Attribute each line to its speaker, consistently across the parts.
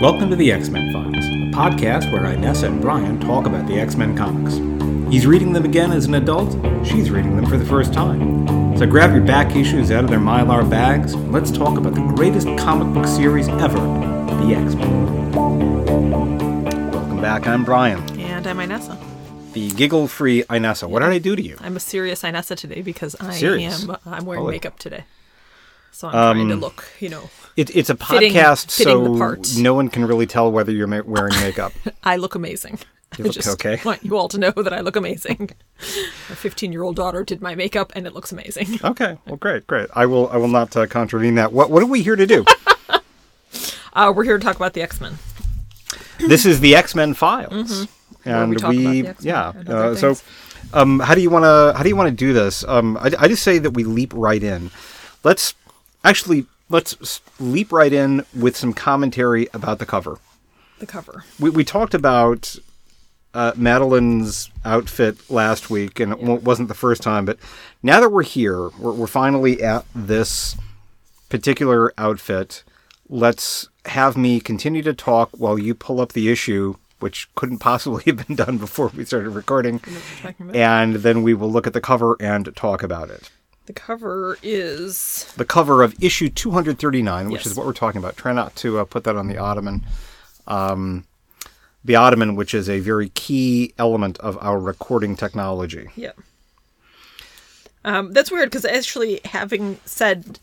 Speaker 1: Welcome to the X Men Files, a podcast where Inessa and Brian talk about the X Men comics. He's reading them again as an adult, she's reading them for the first time. So grab your back issues out of their mylar bags, and let's talk about the greatest comic book series ever the X Men. Welcome back, I'm Brian,
Speaker 2: And I'm Inessa.
Speaker 1: the giggle free Inessa. What did I do to you?
Speaker 2: I'm a serious Inessa today because I
Speaker 1: Serious?
Speaker 2: am I'm wearing
Speaker 1: Holy. Um,
Speaker 2: makeup today. So I'm trying to look, you know,
Speaker 1: It, it's a
Speaker 2: Fitting-
Speaker 1: podcast,
Speaker 2: fitting the parts.
Speaker 1: so no one can really tell whether you're ma- wearing makeup.
Speaker 2: I look amazing.
Speaker 1: You
Speaker 2: I
Speaker 1: look
Speaker 2: just
Speaker 1: okay.
Speaker 2: want you all to know that I look amazing. My 15 year old daughter did my makeup and it looks amazing.
Speaker 1: okay, well, great, great. I will, I will not uh, contravene that. What, what are we here to do?
Speaker 2: Uh, we're here to talk about the X Men.
Speaker 1: this is the X Men files,
Speaker 2: Where Mm-hmm. we
Speaker 1: and
Speaker 2: talk
Speaker 1: we,
Speaker 2: about the X-Men
Speaker 1: yeah.
Speaker 2: and other
Speaker 1: Uh, so,
Speaker 2: things.
Speaker 1: um, how do you want to how do you want to do this? Um, I, I just say that we leap right in. Let's actually let's s- leap right in with some commentary about the cover.
Speaker 2: The cover.
Speaker 1: We we talked about uh, Madeline's outfit last week, and it wa- wasn't the first time. But now that we're here, we're, we're finally at this particular outfit. Let's have me continue to talk while you pull up the issue, which couldn't possibly have been done before we started recording.
Speaker 2: Talking about-
Speaker 1: And then we will look at the cover and talk about it.
Speaker 2: The cover is
Speaker 1: The cover of issue 239, which
Speaker 2: Yes.
Speaker 1: is what we're talking about. Try not to uh, put that on the Ottoman. Um, the Ottoman, which is a very key element of our recording technology.
Speaker 2: Yeah. Um, that's weird because actually, having said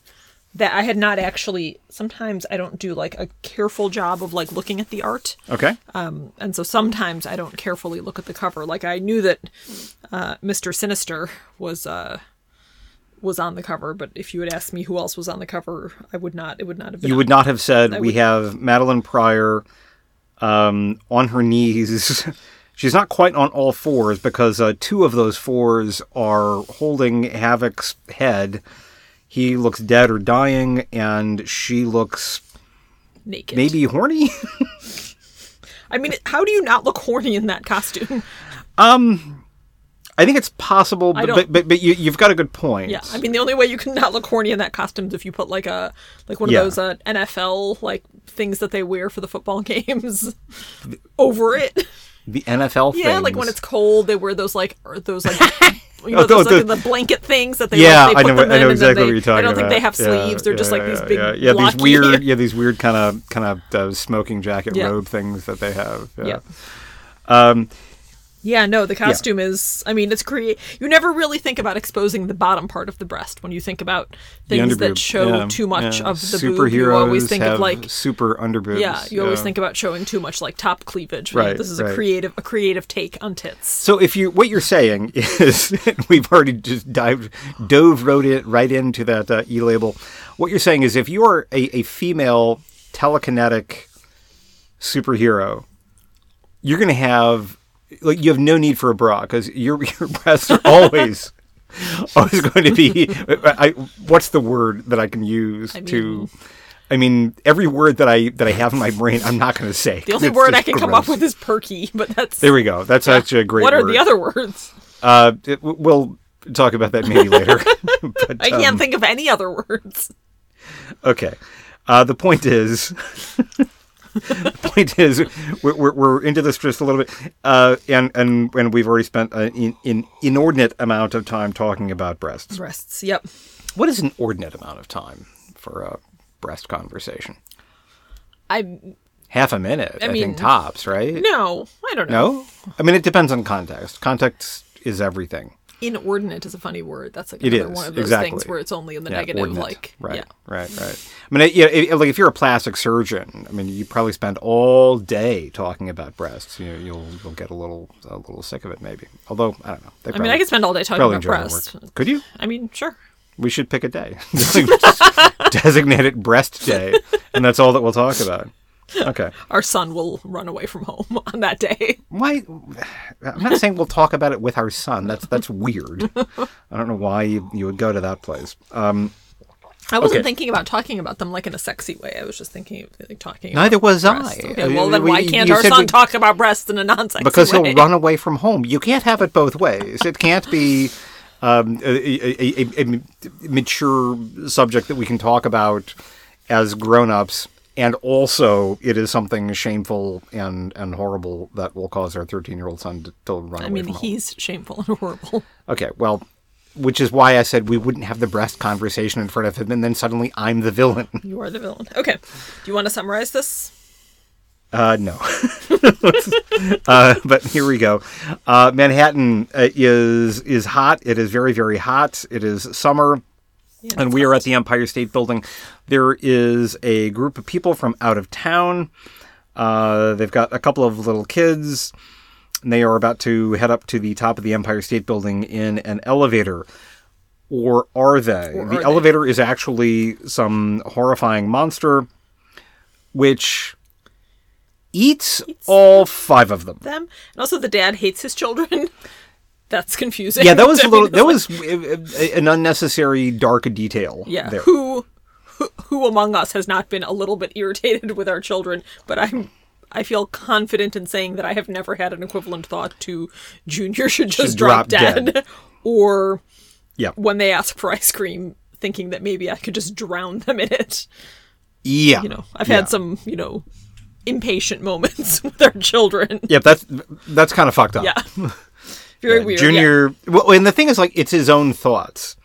Speaker 2: that, I had not actually. Sometimes I don't do like a careful job of like looking at the art,
Speaker 1: Okay?
Speaker 2: um, and so sometimes I don't carefully look at the cover. Like I knew that uh, Mister Sinister was uh, was on the cover, but if you had asked me who else was on the cover, I would not. It would not have been.
Speaker 1: you
Speaker 2: on-
Speaker 1: would not have said we
Speaker 2: would-
Speaker 1: have Madeline Pryor um, on her knees. She's not quite on all fours because uh, two of those fours are holding Havoc's head. He looks dead or dying, and she looks
Speaker 2: naked.
Speaker 1: maybe horny.
Speaker 2: I mean, how do you not look horny in that costume?
Speaker 1: I think it's possible,
Speaker 2: I
Speaker 1: but
Speaker 2: don't-
Speaker 1: but, but, you, you've got a good point.
Speaker 2: Yeah, I mean the only way you can not look horny in that costume is if you put like a like one
Speaker 1: Yeah.
Speaker 2: of those uh, NFL like things that they wear for the football games over it.
Speaker 1: the NFL.
Speaker 2: Yeah, like
Speaker 1: things.
Speaker 2: when it's cold, they wear those like or those like you know
Speaker 1: Oh,
Speaker 2: those,
Speaker 1: the-
Speaker 2: like, the blanket things that they
Speaker 1: Yeah,
Speaker 2: like, they
Speaker 1: I
Speaker 2: put
Speaker 1: know.
Speaker 2: them
Speaker 1: I
Speaker 2: in
Speaker 1: know
Speaker 2: and
Speaker 1: exactly
Speaker 2: then
Speaker 1: what
Speaker 2: they,
Speaker 1: you're talking about.
Speaker 2: I don't think they have
Speaker 1: Yeah,
Speaker 2: sleeves. They're just
Speaker 1: yeah,
Speaker 2: like these
Speaker 1: yeah,
Speaker 2: big
Speaker 1: yeah, yeah, these
Speaker 2: blocky-
Speaker 1: weird, yeah, these weird kind of kind of uh, smoking jacket
Speaker 2: Yeah.
Speaker 1: robe things that they have. Yeah. Um,
Speaker 2: Yeah. Um. Yeah, no, the costume is. I mean, it's create. You never really think about exposing the bottom part of the breast when you think about things
Speaker 1: underboob,
Speaker 2: that show
Speaker 1: yeah,
Speaker 2: too much
Speaker 1: yeah.
Speaker 2: of the boob. You always
Speaker 1: Superheroes
Speaker 2: think of
Speaker 1: have
Speaker 2: like
Speaker 1: super underboobs.
Speaker 2: Yeah, you always think about showing too much like top cleavage. You know,
Speaker 1: Right,
Speaker 2: this is
Speaker 1: right.
Speaker 2: a creative a creative take on tits.
Speaker 1: So if you what you're saying is and we've already just dived dove wrote it right into that uh, e label. What you're saying is if you are a, a female telekinetic superhero, you're going to have like you have no need for a bra because your your breasts are always always going to be. I, what's the word that I can use
Speaker 2: I
Speaker 1: to?
Speaker 2: mean-
Speaker 1: I mean, every word that I that I have in my brain, I'm not going to say.
Speaker 2: The only word I can come up with is perky, but that's
Speaker 1: There we go. That's actually a great.
Speaker 2: what are
Speaker 1: word.
Speaker 2: the other words?
Speaker 1: Uh, it- w- we'll talk about that maybe later. but, um,
Speaker 2: I can't think of any other words.
Speaker 1: okay. Uh, the point is, the point is, we're, we're, we're into this just a little bit, uh, and and and we've already spent an in, in inordinate amount of time talking about breasts.
Speaker 2: Breasts. Yep.
Speaker 1: What is an ordinate amount of time for a breast conversation?
Speaker 2: I
Speaker 1: Half a minute, I,
Speaker 2: mean-
Speaker 1: think tops, right?
Speaker 2: no. I don't know.
Speaker 1: No, I mean it depends on context. Context is everything.
Speaker 2: Inordinate is a funny word. That's like
Speaker 1: It
Speaker 2: another
Speaker 1: is,
Speaker 2: one of those
Speaker 1: exactly.
Speaker 2: things where it's only in the
Speaker 1: Yeah,
Speaker 2: negative.
Speaker 1: ordinate.
Speaker 2: Like
Speaker 1: right,
Speaker 2: yeah.
Speaker 1: right, right. I mean, it, yeah, it, like if you're a plastic surgeon, I mean, you probably spend all day talking about breasts. You know, you'll you'll get a little a little sick of it, maybe. Although I don't know. They
Speaker 2: I mean, I could spend all day talking
Speaker 1: probably
Speaker 2: about
Speaker 1: enjoy their
Speaker 2: breasts.
Speaker 1: work. Could you?
Speaker 2: I mean, sure.
Speaker 1: We should pick a day, Just designate it breast day, and that's all that we'll talk about. Okay.
Speaker 2: Our son will run away from home on that day.
Speaker 1: Why? I'm not saying we'll talk about it with our son. That's that's weird. I don't know why you, you would go to that place. Um,
Speaker 2: I wasn't
Speaker 1: Okay.
Speaker 2: thinking about talking about them like in a sexy way. I was just thinking of like talking. about
Speaker 1: neither was I.
Speaker 2: Okay, well
Speaker 1: Uh,
Speaker 2: then
Speaker 1: we-
Speaker 2: why can't
Speaker 1: you
Speaker 2: our
Speaker 1: said
Speaker 2: son
Speaker 1: we-
Speaker 2: talk about breasts in a non-sexy
Speaker 1: because
Speaker 2: way?
Speaker 1: he'll run away from home. You can't have it both ways. It can't be um, a, a, a, a mature subject that we can talk about as grown-ups and also it is something shameful and and horrible that will cause our 13 year old son to, to run
Speaker 2: I
Speaker 1: away
Speaker 2: mean,
Speaker 1: from home.
Speaker 2: he's shameful and horrible.
Speaker 1: Okay, well, which is why I said we wouldn't have the breast conversation in front of him, and then suddenly I'm the villain.
Speaker 2: You are the villain. Okay. Do you want to summarize this?
Speaker 1: Uh, no. uh, but here we go. Uh, Manhattan uh, is is hot. It is very very hot. It is summer. and we are at the Empire State Building. There is a group of people from out of town. Uh, they've got a couple of little kids. And they are about to head up to the top of the Empire State Building in an elevator. Or are they?
Speaker 2: Or are
Speaker 1: the
Speaker 2: they?
Speaker 1: elevator is actually some horrifying monster which eats, all five of them.
Speaker 2: Them and also the dad hates his children. That's confusing.
Speaker 1: Yeah, that was
Speaker 2: I
Speaker 1: a
Speaker 2: mean,
Speaker 1: little.
Speaker 2: it's
Speaker 1: That was uh, uh, an unnecessary dark detail.
Speaker 2: Yeah.
Speaker 1: there.
Speaker 2: Who, who who among us has not been a little bit irritated with our children? But I'm I feel confident in saying that I have never had an equivalent thought to Junior should just
Speaker 1: drop
Speaker 2: drop,
Speaker 1: dead."
Speaker 2: dead, or
Speaker 1: Yeah.
Speaker 2: when they ask for ice cream, thinking that maybe I could just drown them in it.
Speaker 1: Yeah.
Speaker 2: You know, I've
Speaker 1: Yeah.
Speaker 2: had some you know impatient moments with our children.
Speaker 1: Yep, that's that's kind of fucked up.
Speaker 2: Yeah. Very weird. yeah.
Speaker 1: Junior. Well, and the thing is, like, it's his own thoughts.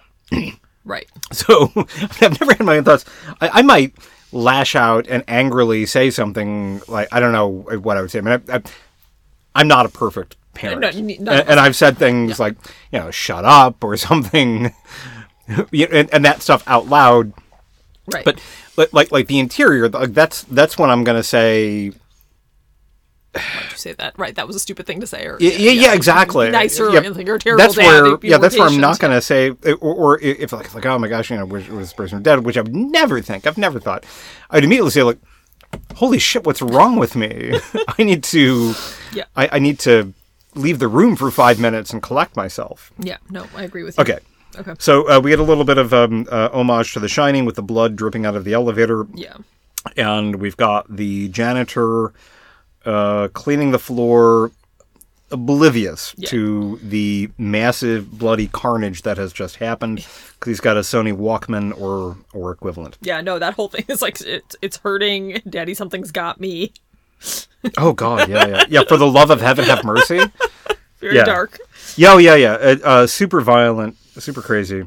Speaker 2: Right.
Speaker 1: So I've never had my own thoughts. I, I might lash out and angrily say something like I don't know what I would say. I mean, I, I, I'm not a perfect parent,
Speaker 2: No, n-
Speaker 1: and,
Speaker 2: none of us
Speaker 1: and I've said things like you know, shut up or something, you know, and, and that stuff out loud.
Speaker 2: Right.
Speaker 1: But like like, like the interior, like that's that's when I'm gonna say
Speaker 2: you say that. Right. That was a stupid thing to say. Or,
Speaker 1: Yeah, yeah, yeah, exactly.
Speaker 2: nicer or
Speaker 1: yeah.
Speaker 2: anything, or terrible
Speaker 1: That's
Speaker 2: dad,
Speaker 1: where,
Speaker 2: they'd be
Speaker 1: yeah, that's where I'm
Speaker 2: impatient,
Speaker 1: not going to say, or, or if like, like, oh my gosh, you know, was, was this person dead? Which I would never think. I've never thought. I'd immediately say, like, holy shit, what's wrong with me? I need to,
Speaker 2: Yeah.
Speaker 1: I, I need to leave the room for five minutes and collect myself.
Speaker 2: Yeah. No, I agree with you.
Speaker 1: Okay.
Speaker 2: Okay.
Speaker 1: So uh, we had a little bit of um, uh, homage to The Shining with the blood dripping out of the elevator
Speaker 2: Yeah.
Speaker 1: and we've got the janitor uh, cleaning the floor, oblivious
Speaker 2: Yeah.
Speaker 1: to the massive bloody carnage that has just happened. 'cause he's got a Sony Walkman or or equivalent.
Speaker 2: Yeah, no, that whole thing is like it's it's hurting. Daddy, something's got me.
Speaker 1: Oh God, yeah, yeah, yeah. For the love of heaven, have mercy.
Speaker 2: Very
Speaker 1: Yeah.
Speaker 2: dark.
Speaker 1: Yeah, oh, yeah, yeah. Uh, uh, super violent, super crazy.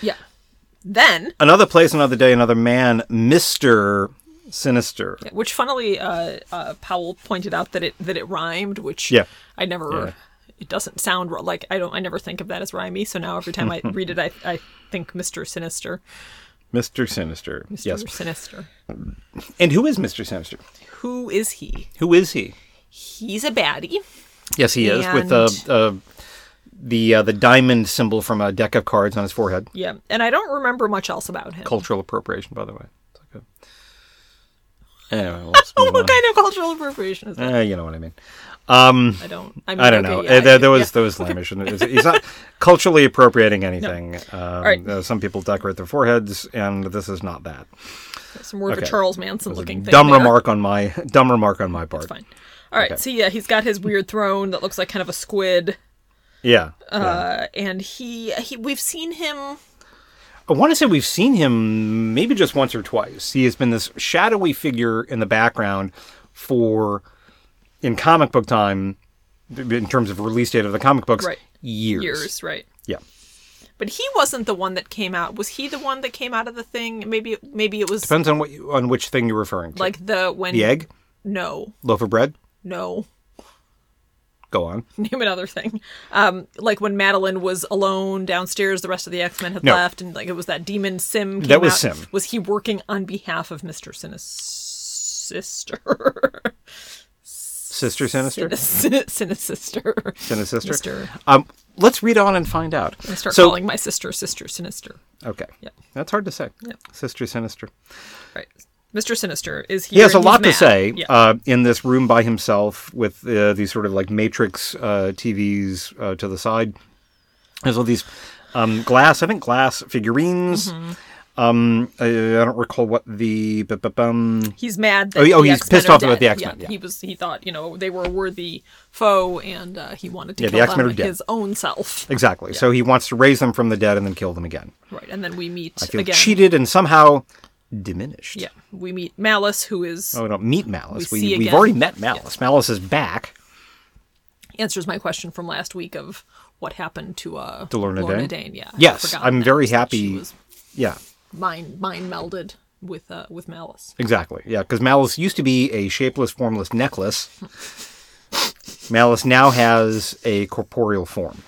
Speaker 2: Yeah. Then,
Speaker 1: Another place, another day, another man, Mister Sinister.
Speaker 2: which funnily, uh, uh, Powell pointed out that it that it rhymed, which
Speaker 1: Yeah.
Speaker 2: I never. It doesn't sound r- like I don't. I never think of that as rhymey. So now every time I read it, I I think Mister Sinister.
Speaker 1: Mister Sinister.
Speaker 2: Mr.
Speaker 1: Yes.
Speaker 2: Sinister.
Speaker 1: And who is Mister Sinister?
Speaker 2: Who is he?
Speaker 1: Who is he?
Speaker 2: He's a baddie.
Speaker 1: Yes, he is with uh, uh, the uh, the diamond symbol from a deck of cards on his forehead.
Speaker 2: Yeah, and I don't remember much else about him.
Speaker 1: Cultural appropriation, by the way. It's like a- Anyway, let's move
Speaker 2: Oh, what
Speaker 1: on.
Speaker 2: kind of cultural appropriation is that?
Speaker 1: Eh, you know what I mean.
Speaker 2: I don't. I, mean,
Speaker 1: Eh. I don't
Speaker 2: okay,
Speaker 1: know.
Speaker 2: yeah,
Speaker 1: Uh, there,
Speaker 2: I-
Speaker 1: there was
Speaker 2: yeah.
Speaker 1: there was language. and it's- He's not culturally appropriating anything. Um,
Speaker 2: right.
Speaker 1: uh, some people decorate their foreheads, and this is not that.
Speaker 2: some more of
Speaker 1: okay.
Speaker 2: a Charles Manson looking thing.
Speaker 1: Dumb
Speaker 2: there.
Speaker 1: remark on my dumb remark on my part.
Speaker 2: Fine. All right. So yeah, he's got his weird throne that looks like kind of a squid,
Speaker 1: Yeah.
Speaker 2: uh, and he he we've seen him.
Speaker 1: I want to say we've seen him maybe just once or twice. He has been this shadowy figure in the background for, in comic book time, in terms of release date of the comic books,
Speaker 2: Right.
Speaker 1: years.
Speaker 2: Years, right?
Speaker 1: Yeah.
Speaker 2: But he wasn't the one that came out. Was he the one that came out of the thing? Maybe maybe it was
Speaker 1: Depends on what you, on which thing you're referring to.
Speaker 2: like the when
Speaker 1: the egg,
Speaker 2: No,
Speaker 1: loaf of bread.
Speaker 2: no.
Speaker 1: Go on.
Speaker 2: Name another thing. Um, like when Madeline was alone downstairs, the rest of the X Men had
Speaker 1: No.
Speaker 2: left, and like it was that demon Sim. Came
Speaker 1: That was
Speaker 2: out.
Speaker 1: Sim.
Speaker 2: Was he working on behalf of Mister Sinister?
Speaker 1: Sister Sinister.
Speaker 2: Sin- Sinister.
Speaker 1: Sinister.
Speaker 2: Mister.
Speaker 1: Um, let's read on and find out.
Speaker 2: I start
Speaker 1: so,
Speaker 2: calling my sister Sister Sinister.
Speaker 1: Okay.
Speaker 2: Yeah.
Speaker 1: That's hard to say.
Speaker 2: Yep.
Speaker 1: Sister Sinister.
Speaker 2: Right. Mr. Sinister is here.
Speaker 1: he has a
Speaker 2: and he's
Speaker 1: lot to
Speaker 2: mad.
Speaker 1: say
Speaker 2: Yeah.
Speaker 1: uh, in this room by himself with uh, these sort of like matrix uh, TVs uh, to the side. There's all these um, glass, I think glass figurines.
Speaker 2: Mm-hmm.
Speaker 1: Um, I, I don't recall what the. bu- bu- bum.
Speaker 2: he's mad. That
Speaker 1: Oh, he- oh,
Speaker 2: the
Speaker 1: he's
Speaker 2: X-Men
Speaker 1: pissed
Speaker 2: are
Speaker 1: off about
Speaker 2: dead.
Speaker 1: the X-Men, yeah.
Speaker 2: He was. He thought you know they were a worthy foe, and uh, he wanted to
Speaker 1: Yeah, the
Speaker 2: kill
Speaker 1: X-Men
Speaker 2: them
Speaker 1: are dead.
Speaker 2: his own self.
Speaker 1: Exactly. So he wants to raise them from the dead and then kill them again.
Speaker 2: Right. And then we meet
Speaker 1: I feel
Speaker 2: again.
Speaker 1: cheated and somehow diminished.
Speaker 2: Yeah, we meet Malice, who is
Speaker 1: Oh, we don't meet Malice.
Speaker 2: We
Speaker 1: We,
Speaker 2: see
Speaker 1: we have
Speaker 2: again.
Speaker 1: already met Malice. Malice is back.
Speaker 2: answers my question from last week of what happened to uh
Speaker 1: To Lorna Dane?
Speaker 2: Dane. Yeah. I
Speaker 1: Yes,
Speaker 2: forgot
Speaker 1: I'm
Speaker 2: that,
Speaker 1: very
Speaker 2: that
Speaker 1: happy-
Speaker 2: She was
Speaker 1: Yeah,
Speaker 2: mind mind melded with uh with Malice.
Speaker 1: exactly. Yeah, because Malice used to be a shapeless, formless necklace. Malice now has a corporeal form.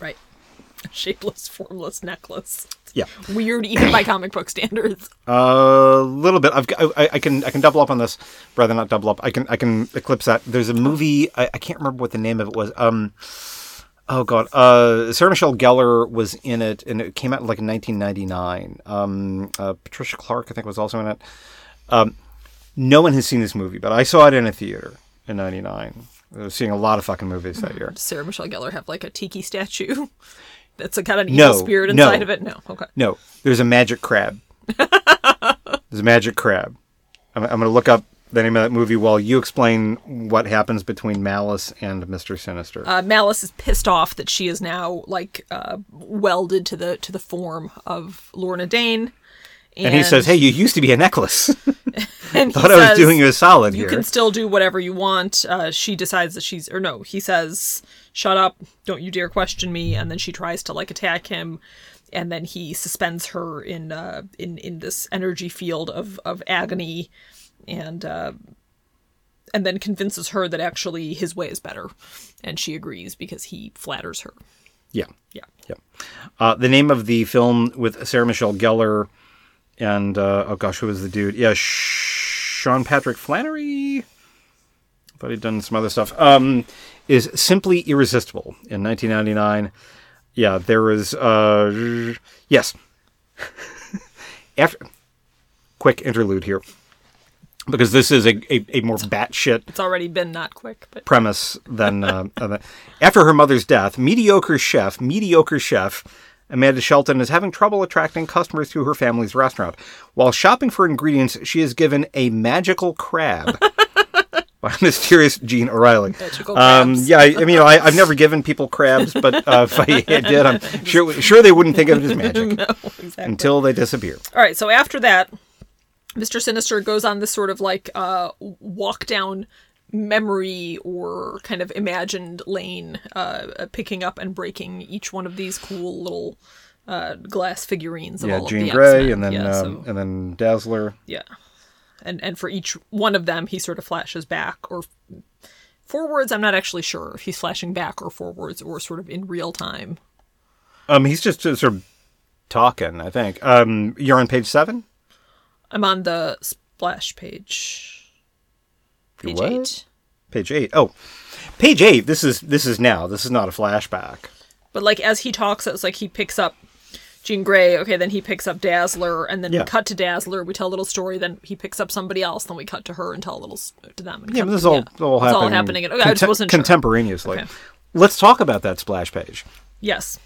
Speaker 2: Right. Shapeless, formless necklace.
Speaker 1: Yeah,
Speaker 2: Weird even by comic book standards.
Speaker 1: a little bit. I've, got- I, I can I can double up on this, rather not double up. I can I can eclipse that. There's a movie I, I can't remember what the name of it was. Um, oh god, uh, Sarah Michelle Gellar was in it, and it came out in like 1999. Um, uh, Patricia Clark I think was also in it. Um, No one has seen this movie, but I saw it in a theater in '99. I was seeing a lot of fucking movies that year.
Speaker 2: Does Sarah Michelle Gellar have like a tiki statue that's got an
Speaker 1: No,
Speaker 2: evil spirit
Speaker 1: no.
Speaker 2: inside of it? No. Okay.
Speaker 1: No, there's a magic crab. there's a magic crab. I'm, I'm going to look up the name of that movie while you explain what happens between Malice and Mr. Sinister.
Speaker 2: Uh, Malice is pissed off that she is now like uh, welded to the to the form of Lorna Dane.
Speaker 1: and, he says, "Hey, you used to be a necklace.
Speaker 2: and he
Speaker 1: Thought I was
Speaker 2: says,
Speaker 1: doing you a solid
Speaker 2: you
Speaker 1: here."
Speaker 2: can still do whatever you want. Uh, she decides that she's, or no, he says, shut up, don't you dare question me. And then she tries to like attack him. And then he suspends her in uh, in in this energy field of of agony, and uh, and then convinces her that actually his way is better, and she agrees because he flatters her.
Speaker 1: yeah,
Speaker 2: Yeah,
Speaker 1: yeah. Uh, the name of the film with Sarah Michelle Gellar and uh, oh gosh, who was the dude? Yeah, Sean Patrick Flannery. Thought he'd done some other stuff. Um, is simply irresistible in 1999. Yeah, there was. Uh, yes. After quick interlude here, because this is a a, a more batshit
Speaker 2: it's already been not quick, but
Speaker 1: premise than uh, uh, after her mother's death. Mediocre chef, mediocre chef Amanda Shelton is having trouble attracting customers to her family's restaurant. While shopping for ingredients, she is given a magical crab by mysterious Gene O'Reilly.
Speaker 2: Magical
Speaker 1: Um,
Speaker 2: crabs.
Speaker 1: yeah, I, I mean, you know, I, I've never given people crabs, but uh, if I did, I'm sure sure they wouldn't think of it as magic
Speaker 2: no, exactly.
Speaker 1: until they disappear.
Speaker 2: All right, so after that, Mr. Sinister goes on this sort of like uh, walk down memory or kind of imagined lane, uh, uh, picking up and breaking each one of these cool little uh, glass figurines. Of
Speaker 1: Yeah,
Speaker 2: all
Speaker 1: Jean
Speaker 2: of the
Speaker 1: Grey,
Speaker 2: X-Men.
Speaker 1: and then
Speaker 2: yeah,
Speaker 1: um,
Speaker 2: so-
Speaker 1: and then Dazzler.
Speaker 2: yeah, and and for each one of them, he sort of flashes back or forwards. I'm not actually sure if he's flashing back or forwards or sort of in real time.
Speaker 1: Um, he's just uh, sort of talking. I think. Um, you're on page seven.
Speaker 2: I'm on the splash page.
Speaker 1: You
Speaker 2: Page
Speaker 1: what?
Speaker 2: eight.
Speaker 1: Page eight. Oh, page eight. This is this is now. This is not a flashback.
Speaker 2: But like as he talks, it's like he picks up Jean Grey. Okay, then he picks up Dazzler, and then
Speaker 1: Yeah.
Speaker 2: we cut to Dazzler. We tell a little story. Then he picks up somebody else. Then we cut to her and tell a little s- to them. And
Speaker 1: Yeah,
Speaker 2: cut-
Speaker 1: but this is all all
Speaker 2: It's
Speaker 1: happening.
Speaker 2: all happening. Okay, I just
Speaker 1: contem-
Speaker 2: wasn't sure.
Speaker 1: contemporaneously.
Speaker 2: Okay.
Speaker 1: Let's talk about that splash page.
Speaker 2: Yes,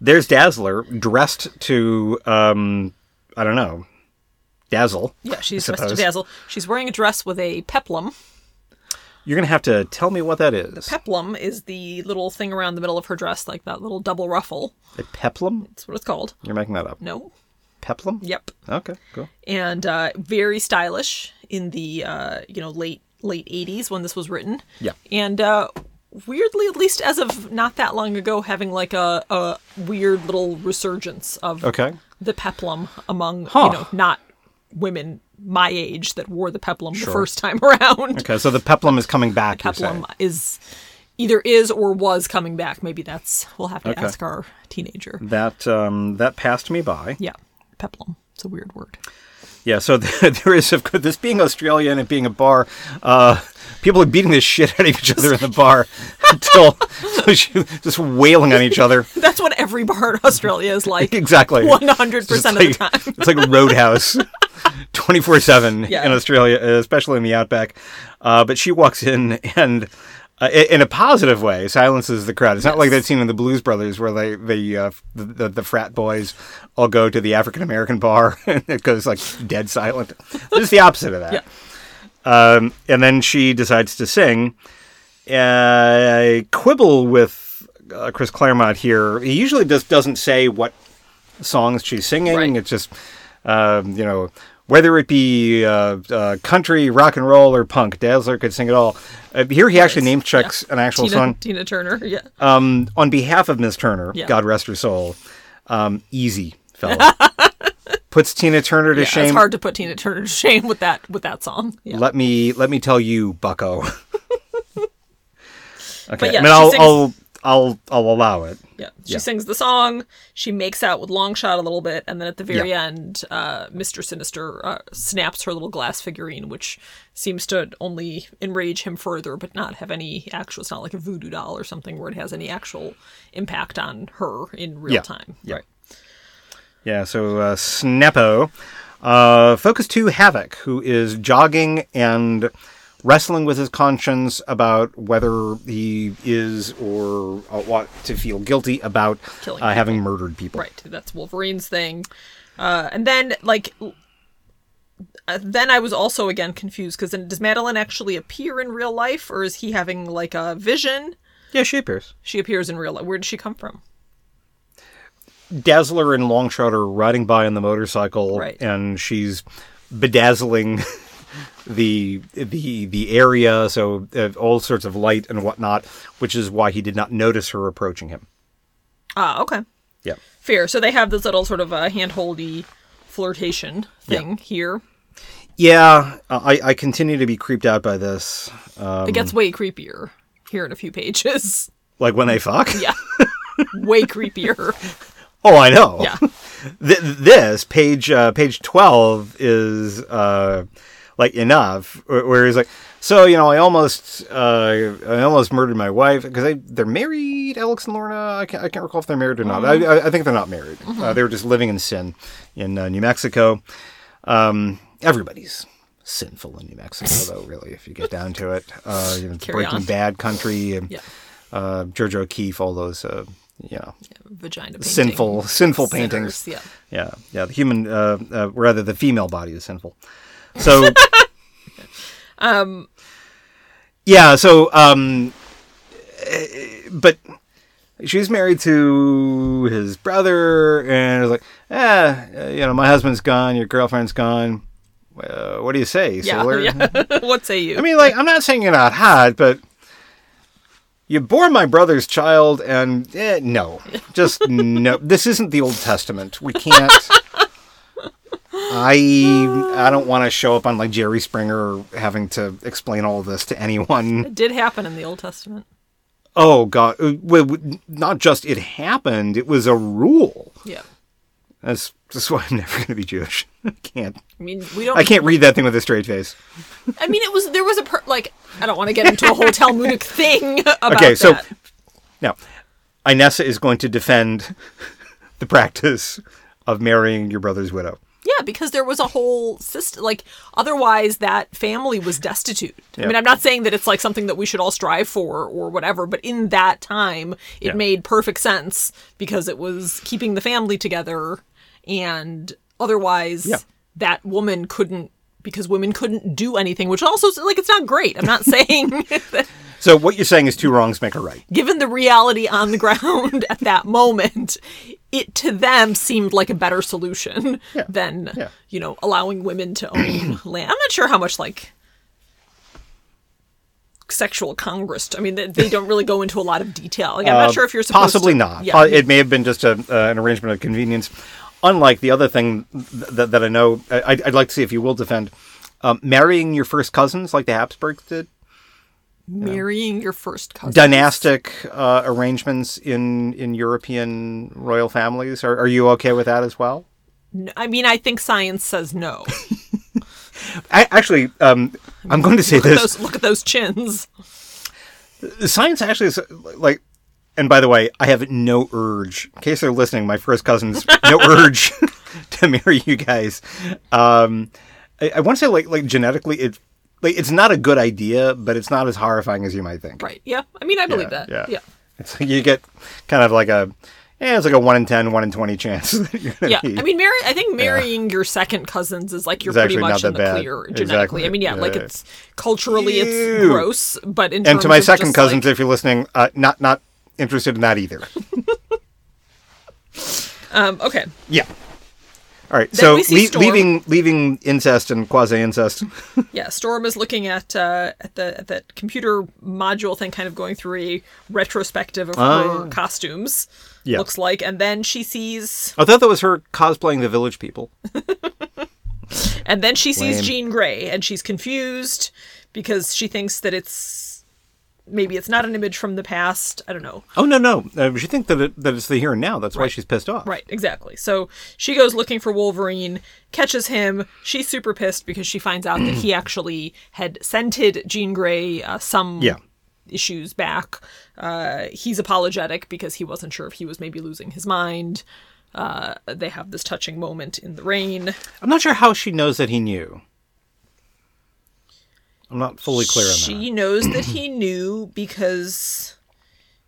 Speaker 1: There's Dazzler dressed to um, I don't know, dazzle.
Speaker 2: yeah, she's
Speaker 1: I
Speaker 2: dressed to
Speaker 1: suppose.
Speaker 2: dazzle. She's wearing a dress with a peplum.
Speaker 1: You're gonna have to tell me what that is.
Speaker 2: Peplum is the little thing around the middle of her dress, like that little double ruffle.
Speaker 1: a peplum.
Speaker 2: That's what it's called.
Speaker 1: You're making that up.
Speaker 2: No.
Speaker 1: Peplum.
Speaker 2: Yep.
Speaker 1: Okay. Cool.
Speaker 2: and uh, very stylish in the uh, you know late late 80s when this was written
Speaker 1: Yeah.
Speaker 2: and uh, weirdly at least as of not that long ago having like a, a weird little resurgence of
Speaker 1: Okay.
Speaker 2: the peplum among
Speaker 1: Huh.
Speaker 2: you know not women my age that wore the peplum the first time around
Speaker 1: Okay. So the peplum is coming back. you're saying.
Speaker 2: peplum is either is or was coming back maybe that's we'll have to
Speaker 1: Okay.
Speaker 2: ask our teenager
Speaker 1: That um, that passed me by.
Speaker 2: yeah peplum it's a weird word
Speaker 1: Yeah, so there, there is, of course, this being Australia and it being a bar, uh, people are beating the shit out of each other in the bar until so she- just wailing on each other.
Speaker 2: that's what every bar in australia is like
Speaker 1: Exactly.
Speaker 2: 100%
Speaker 1: It's
Speaker 2: of the
Speaker 1: like,
Speaker 2: time
Speaker 1: it's like a roadhouse 24 7
Speaker 2: Yeah.
Speaker 1: in Australia, especially in the outback. Uh, but she walks in and. Uh, i- in a positive way, silences the crowd. It's not like that scene in the Blues Brothers where they, they uh, f- the, the the frat boys all go to the African American bar and it goes like dead silent. This is the opposite of that.
Speaker 2: Yeah.
Speaker 1: Um, and then she decides to sing. Uh, I quibble with uh, Chris Claremont here. He usually just doesn't say what songs she's singing.
Speaker 2: Right.
Speaker 1: It's just, um, you know, whether it be uh, uh, country, rock and roll, or punk. Dazzler could sing it all. Uh, here he actually name checks an actual
Speaker 2: Tina,
Speaker 1: song
Speaker 2: Tina Turner. Yeah.
Speaker 1: um, on behalf of Miss Turner,
Speaker 2: Yeah.
Speaker 1: God rest her soul, um, easy fella. Puts Tina Turner to
Speaker 2: yeah
Speaker 1: shame.
Speaker 2: It's hard to put Tina Turner to shame with that with that song. Yeah.
Speaker 1: Let me let me tell you, Bucko. okay,
Speaker 2: yeah,
Speaker 1: I
Speaker 2: she
Speaker 1: mean, I'll,
Speaker 2: sings-
Speaker 1: I'll I'll I'll allow it.
Speaker 2: Yeah. She sings the song. She makes out with Longshot a little bit, and then at the very end, uh, Mister Sinister uh, snaps her little glass figurine, which seems to only enrage him further, but not have any actual. It's not like a voodoo doll or something where it has any actual impact on her in real
Speaker 1: Yeah.
Speaker 2: time.
Speaker 1: Yeah. Yeah, so uh, Snappo. Uh, focus to Havoc, who is jogging and wrestling with his conscience about whether he is or uh, ought to feel guilty about
Speaker 2: Killing
Speaker 1: uh, having murdered people.
Speaker 2: Right. That's Wolverine's thing. Uh, and then, like, l- uh, then I was also again confused because then does Madeline actually appear in real life or is he having like a vision?
Speaker 1: Yeah, she appears.
Speaker 2: She appears in real life. Where did she come from?
Speaker 1: Dazzler and Longshot are riding by on the motorcycle,
Speaker 2: Right.
Speaker 1: and she's bedazzling the the the area, so uh, all sorts of light and whatnot, which is why he did not notice her approaching him.
Speaker 2: Ah, okay.
Speaker 1: Yeah,
Speaker 2: Fair. So they have this little sort of a uh, handholdy flirtation thing here.
Speaker 1: yeah. I, I continue to be creeped out by this,
Speaker 2: it
Speaker 1: Um,
Speaker 2: gets way creepier here in a few pages.
Speaker 1: like when they fuck.
Speaker 2: Yeah. way creepier.
Speaker 1: Oh, I know.
Speaker 2: Yeah.
Speaker 1: Th- this page uh, page twelve is uh, like enough, where where he's like, so you know, I almost uh, I almost murdered my wife because they're married, Alex and Lorna. I can't, I can't recall if they're married or not.
Speaker 2: Mm-hmm.
Speaker 1: I, I, I think they're not married. Uh, they were just living in sin in uh, New Mexico. Um, everybody's sinful in New Mexico, though. Really, if you get down to it, uh, you know,
Speaker 2: Carry
Speaker 1: Breaking
Speaker 2: on.
Speaker 1: Bad country and
Speaker 2: Yeah.
Speaker 1: uh, George O'Keefe, all those uh, you know
Speaker 2: Vagina painting.
Speaker 1: sinful sinful paintings.
Speaker 2: Sinners, Yeah.
Speaker 1: Yeah, yeah. The human, uh, uh, rather the female body is sinful. So, um, yeah. So, um, eh, but she's married to his brother, and it's like, eh, you know, my husband's gone, your girlfriend's gone. Uh, what do you say,
Speaker 2: Yeah.
Speaker 1: sailor?
Speaker 2: yeah. what say you?
Speaker 1: I mean, like, I'm not saying you're not hot, but you bore my brother's child, and eh, no, just no. This isn't the Old Testament. We can't. I I don't want to show up on like Jerry Springer having to explain all this to anyone.
Speaker 2: it did happen in the Old Testament.
Speaker 1: Oh God! Uh, w- w- Not just it happened; it was a rule.
Speaker 2: Yeah.
Speaker 1: That's that's why I'm never going to be Jewish. I can't.
Speaker 2: I mean, we don't.
Speaker 1: I can't read that thing with a straight face.
Speaker 2: I mean, it was there was a per- like. I don't want to get into a whole Talmudic thing about
Speaker 1: Okay, so
Speaker 2: that.
Speaker 1: now Inessa is going to defend the practice of marrying your brother's widow.
Speaker 2: Yeah, because there was a whole system. Like otherwise, that family was destitute. I mean, I'm not saying that it's like something that we should all strive for or whatever, but in that time, it
Speaker 1: Yeah.
Speaker 2: made perfect sense because it was keeping the family together, and otherwise,
Speaker 1: Yeah.
Speaker 2: that woman couldn't because women couldn't do anything. Which also, is- like, it's not great. I'm not saying that
Speaker 1: So what you're saying is two wrongs make a right.
Speaker 2: given the reality on the ground at that moment, it to them seemed like a better solution
Speaker 1: Yeah.
Speaker 2: than
Speaker 1: Yeah.
Speaker 2: you know allowing women to own land. I'm not sure how much like sexual congress. I mean, they, they don't really go into a lot of detail. Like, I'm
Speaker 1: Uh,
Speaker 2: not sure if you're supposed
Speaker 1: possibly
Speaker 2: to-
Speaker 1: not.
Speaker 2: Yeah.
Speaker 1: Po- It may have been just a, uh, an arrangement of convenience. Unlike the other thing th- th- that I know, I- I'd, I'd like to see if you will defend um, marrying your first cousins, like the Habsburgs did.
Speaker 2: marrying your first cousin.
Speaker 1: Dynastic uh, arrangements in in European royal families. Are, are you okay with that as well?
Speaker 2: N- I mean, I think science says no.
Speaker 1: I, actually, um, I'm going to say this.
Speaker 2: those, look at those chins.
Speaker 1: science actually is like and by the way i have no urge in case they're listening my first cousins no urge to marry you guys um i, I want to say like like genetically it like it's not a good idea but it's not as horrifying as you might think
Speaker 2: Right. Yeah. I mean, I believe that.
Speaker 1: yeah
Speaker 2: Yeah.
Speaker 1: it's like you get kind of like a yeah, it's like a one in 10, 1 in twenty chance. That you're gonna
Speaker 2: yeah,
Speaker 1: be-
Speaker 2: I mean, marry. I think marrying your second cousins is like you're
Speaker 1: It's
Speaker 2: pretty
Speaker 1: actually
Speaker 2: much
Speaker 1: not
Speaker 2: in the
Speaker 1: that bad.
Speaker 2: clear
Speaker 1: Exactly.
Speaker 2: genetically. I mean, yeah, like
Speaker 1: Yeah.
Speaker 2: it's culturally it's
Speaker 1: Ew.
Speaker 2: gross, but in
Speaker 1: and
Speaker 2: terms
Speaker 1: to my
Speaker 2: of
Speaker 1: second
Speaker 2: just,
Speaker 1: cousins,
Speaker 2: like,
Speaker 1: if you're listening, uh, not not interested in that either.
Speaker 2: um, okay,
Speaker 1: yeah. All right.
Speaker 2: Then
Speaker 1: so
Speaker 2: we see
Speaker 1: le-
Speaker 2: Storm.
Speaker 1: leaving leaving incest and quasi incest.
Speaker 2: Yeah, Storm is looking at uh, at the at that computer module thing, kind of going through a retrospective of her costumes.
Speaker 1: Ah. Yeah.
Speaker 2: looks like, and then she sees,
Speaker 1: I thought that was her cosplaying the village people.
Speaker 2: and then she sees
Speaker 1: Lame.
Speaker 2: Jean Grey, and she's confused because she thinks that it's maybe it's not an image from the past. I don't know.
Speaker 1: Oh no no! Uh, she thinks that it, that it's the here and now. That's why she's pissed off.
Speaker 2: Right, exactly. So she goes looking for Wolverine, catches him. She's super pissed because she finds out that he actually had scented Jean Grey uh, some
Speaker 1: Yeah.
Speaker 2: issues back. Uh, he's apologetic because he wasn't sure if he was maybe losing his mind. Uh, they have this touching moment in the rain.
Speaker 1: I'm not sure how she knows that he knew. I'm not fully clear on that.
Speaker 2: She knows that he knew because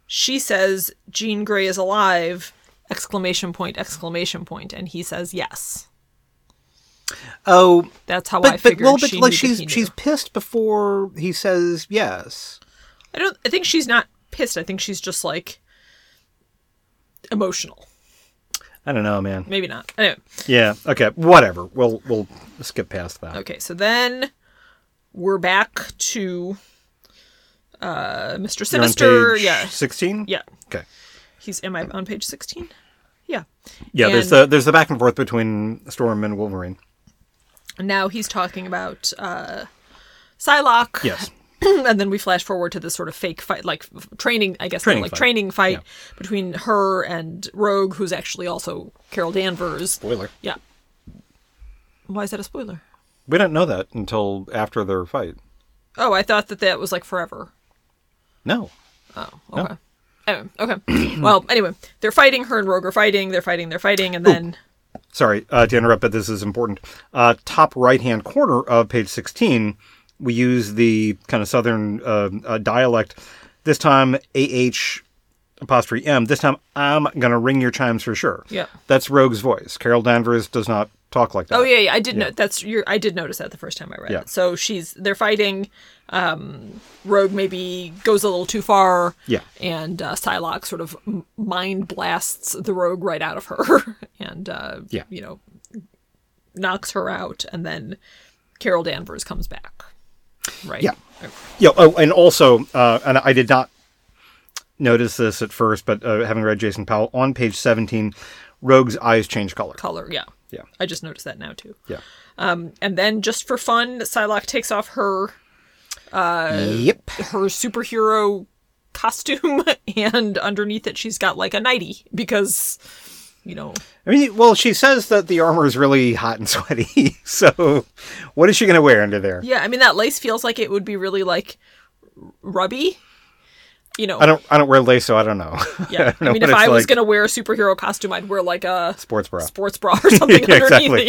Speaker 2: she says Jean Grey is alive! Exclamation point! Exclamation point! And he says yes.
Speaker 1: Oh,
Speaker 2: That's how I
Speaker 1: but but
Speaker 2: figured
Speaker 1: well, but
Speaker 2: she
Speaker 1: like
Speaker 2: knew that
Speaker 1: she's
Speaker 2: he knew.
Speaker 1: she's pissed before he says yes.
Speaker 2: I don't. I think she's not pissed. I think she's just like emotional.
Speaker 1: I don't know, man.
Speaker 2: Maybe not. Anyway,
Speaker 1: Yeah. Okay. Whatever. We'll we'll skip past that.
Speaker 2: okay. So then we're back to uh, Mr.
Speaker 1: You're on
Speaker 2: Sinister.
Speaker 1: page
Speaker 2: Yeah,
Speaker 1: 16?
Speaker 2: yeah.
Speaker 1: Okay.
Speaker 2: He's. Am I on page sixteen? Yeah.
Speaker 1: Yeah, there's
Speaker 2: And-
Speaker 1: the there's the back and forth between Storm and Wolverine.
Speaker 2: And now he's talking about uh, Psylocke.
Speaker 1: Yes.
Speaker 2: and then we flash forward to this sort of fake fight, like f- training, I guess,
Speaker 1: Training
Speaker 2: like
Speaker 1: fight.
Speaker 2: training fight between her and Rogue, who's actually also Carol Danvers.
Speaker 1: Spoiler.
Speaker 2: Yeah. Why is that a spoiler?
Speaker 1: We don't know that until after their fight.
Speaker 2: Oh, I thought that that was like forever.
Speaker 1: No.
Speaker 2: Okay. Anyway, okay. well, anyway, they're fighting. Her and Rogue are fighting. They're fighting. They're fighting, and then
Speaker 1: Sorry uh, to interrupt, but this is important. Uh, top right hand corner of page 16, we use the kind of southern uh, uh, dialect. This time, AH apostrophe M. This time, I'm going to ring your chimes for sure.
Speaker 2: Yeah.
Speaker 1: That's Rogue's voice. Carol Danvers does not talk like that.
Speaker 2: oh yeah, yeah I did know that's your. I did notice that the first time I read
Speaker 1: Yeah.
Speaker 2: it. So she's they're fighting. Um, Rogue maybe goes a little too far.
Speaker 1: Yeah.
Speaker 2: And uh, Psylocke sort of m- mind blasts the Rogue right out of her, and uh,
Speaker 1: Yeah.
Speaker 2: you know, knocks her out, and then Carol Danvers comes back. Right.
Speaker 1: Yeah. Yeah. Oh, and also, uh, and I did not notice this at first, but uh, having read Jason Powell on page 17, Rogue's eyes change color.
Speaker 2: Color. Yeah.
Speaker 1: Yeah.
Speaker 2: I just noticed that now too.
Speaker 1: Yeah.
Speaker 2: Um, and then just for fun, Psylocke takes off her
Speaker 1: yep.
Speaker 2: her superhero costume, and underneath it, she's got like a nightie because, you know,
Speaker 1: I mean, well, she says that the armor is really hot and sweaty. So, what is she going to wear under there?
Speaker 2: yeah. I mean, that lace feels like it would be really like rubby. You know,
Speaker 1: I don't. I don't wear lace, so I don't know.
Speaker 2: yeah. I,
Speaker 1: know
Speaker 2: mean,
Speaker 1: what
Speaker 2: if
Speaker 1: it's
Speaker 2: I was
Speaker 1: like.
Speaker 2: gonna wear a superhero costume, I'd wear like a
Speaker 1: Sports bra.
Speaker 2: sports bra or something
Speaker 1: Yeah,
Speaker 2: underneath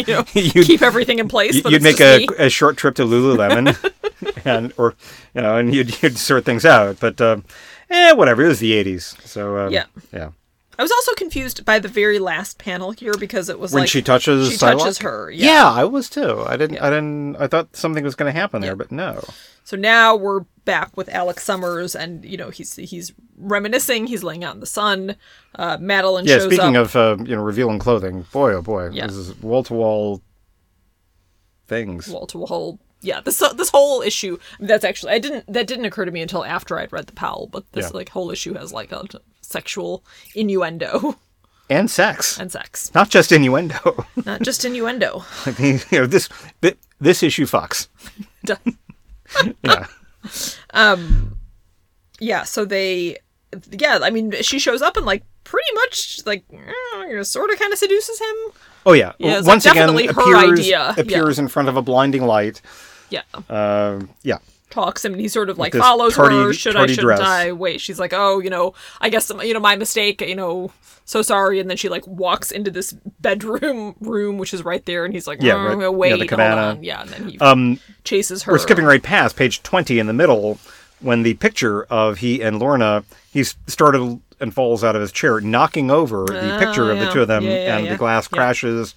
Speaker 1: exactly.
Speaker 2: it. You know,
Speaker 1: You'd-
Speaker 2: keep everything in place. But
Speaker 1: You'd
Speaker 2: it's
Speaker 1: make
Speaker 2: just
Speaker 1: a,
Speaker 2: me.
Speaker 1: a short trip to Lululemon, and or you know, and you'd, you'd sort things out. But um, eh, whatever. It was the '80s, so um,
Speaker 2: Yeah.
Speaker 1: yeah.
Speaker 2: I was also confused by the very last panel here because it was
Speaker 1: When
Speaker 2: like
Speaker 1: she touches,
Speaker 2: she touches
Speaker 1: Psylocke?
Speaker 2: her. Yeah.
Speaker 1: Yeah. I was too. I didn't. I didn't. I thought something was going to happen there, but no.
Speaker 2: So now we're back with Alex Summers, and you know he's he's reminiscing. He's laying out in the sun. Uh, Madeline
Speaker 1: Yeah.
Speaker 2: shows
Speaker 1: Speaking
Speaker 2: up.
Speaker 1: of uh, you know revealing clothing, boy oh boy,
Speaker 2: Yeah.
Speaker 1: this is wall to wall things.
Speaker 2: wall to wall. Yeah, this this whole issue. That's actually I didn't that didn't occur to me until after I'd read the Powell, but this
Speaker 1: Yeah.
Speaker 2: like whole issue has like a sexual innuendo
Speaker 1: and sex.
Speaker 2: and sex,
Speaker 1: not just innuendo.
Speaker 2: not just innuendo.
Speaker 1: I mean, you know, this thi- this issue fucks. Yeah,
Speaker 2: yeah so they yeah i mean she shows up and like pretty much like mm, sort of kind of seduces him
Speaker 1: oh yeah.
Speaker 2: Yeah, it's
Speaker 1: Once again,
Speaker 2: definitely her
Speaker 1: appears
Speaker 2: idea. Yeah.
Speaker 1: appears in front of a blinding light.
Speaker 2: yeah
Speaker 1: Um yeah,
Speaker 2: talks him and he sort of like
Speaker 1: this
Speaker 2: follows her
Speaker 1: tardy-
Speaker 2: should i
Speaker 1: tardy
Speaker 2: shouldn't
Speaker 1: dress.
Speaker 2: i wait she's like oh you know i guess you know my mistake you know so sorry and then she like walks into this bedroom room which is right there and he's like
Speaker 1: Yeah,
Speaker 2: yeah
Speaker 1: right. Yeah, the
Speaker 2: wait hold
Speaker 1: cabana.
Speaker 2: on yeah and then he um chases her
Speaker 1: we're skipping right past page twenty in the middle when the picture of he and Lorna he's startled and falls out of his chair, knocking over the
Speaker 2: Ah,
Speaker 1: picture of the
Speaker 2: yeah.
Speaker 1: two of them,
Speaker 2: Yeah, yeah,
Speaker 1: and
Speaker 2: yeah.
Speaker 1: the glass
Speaker 2: Yeah.
Speaker 1: crashes.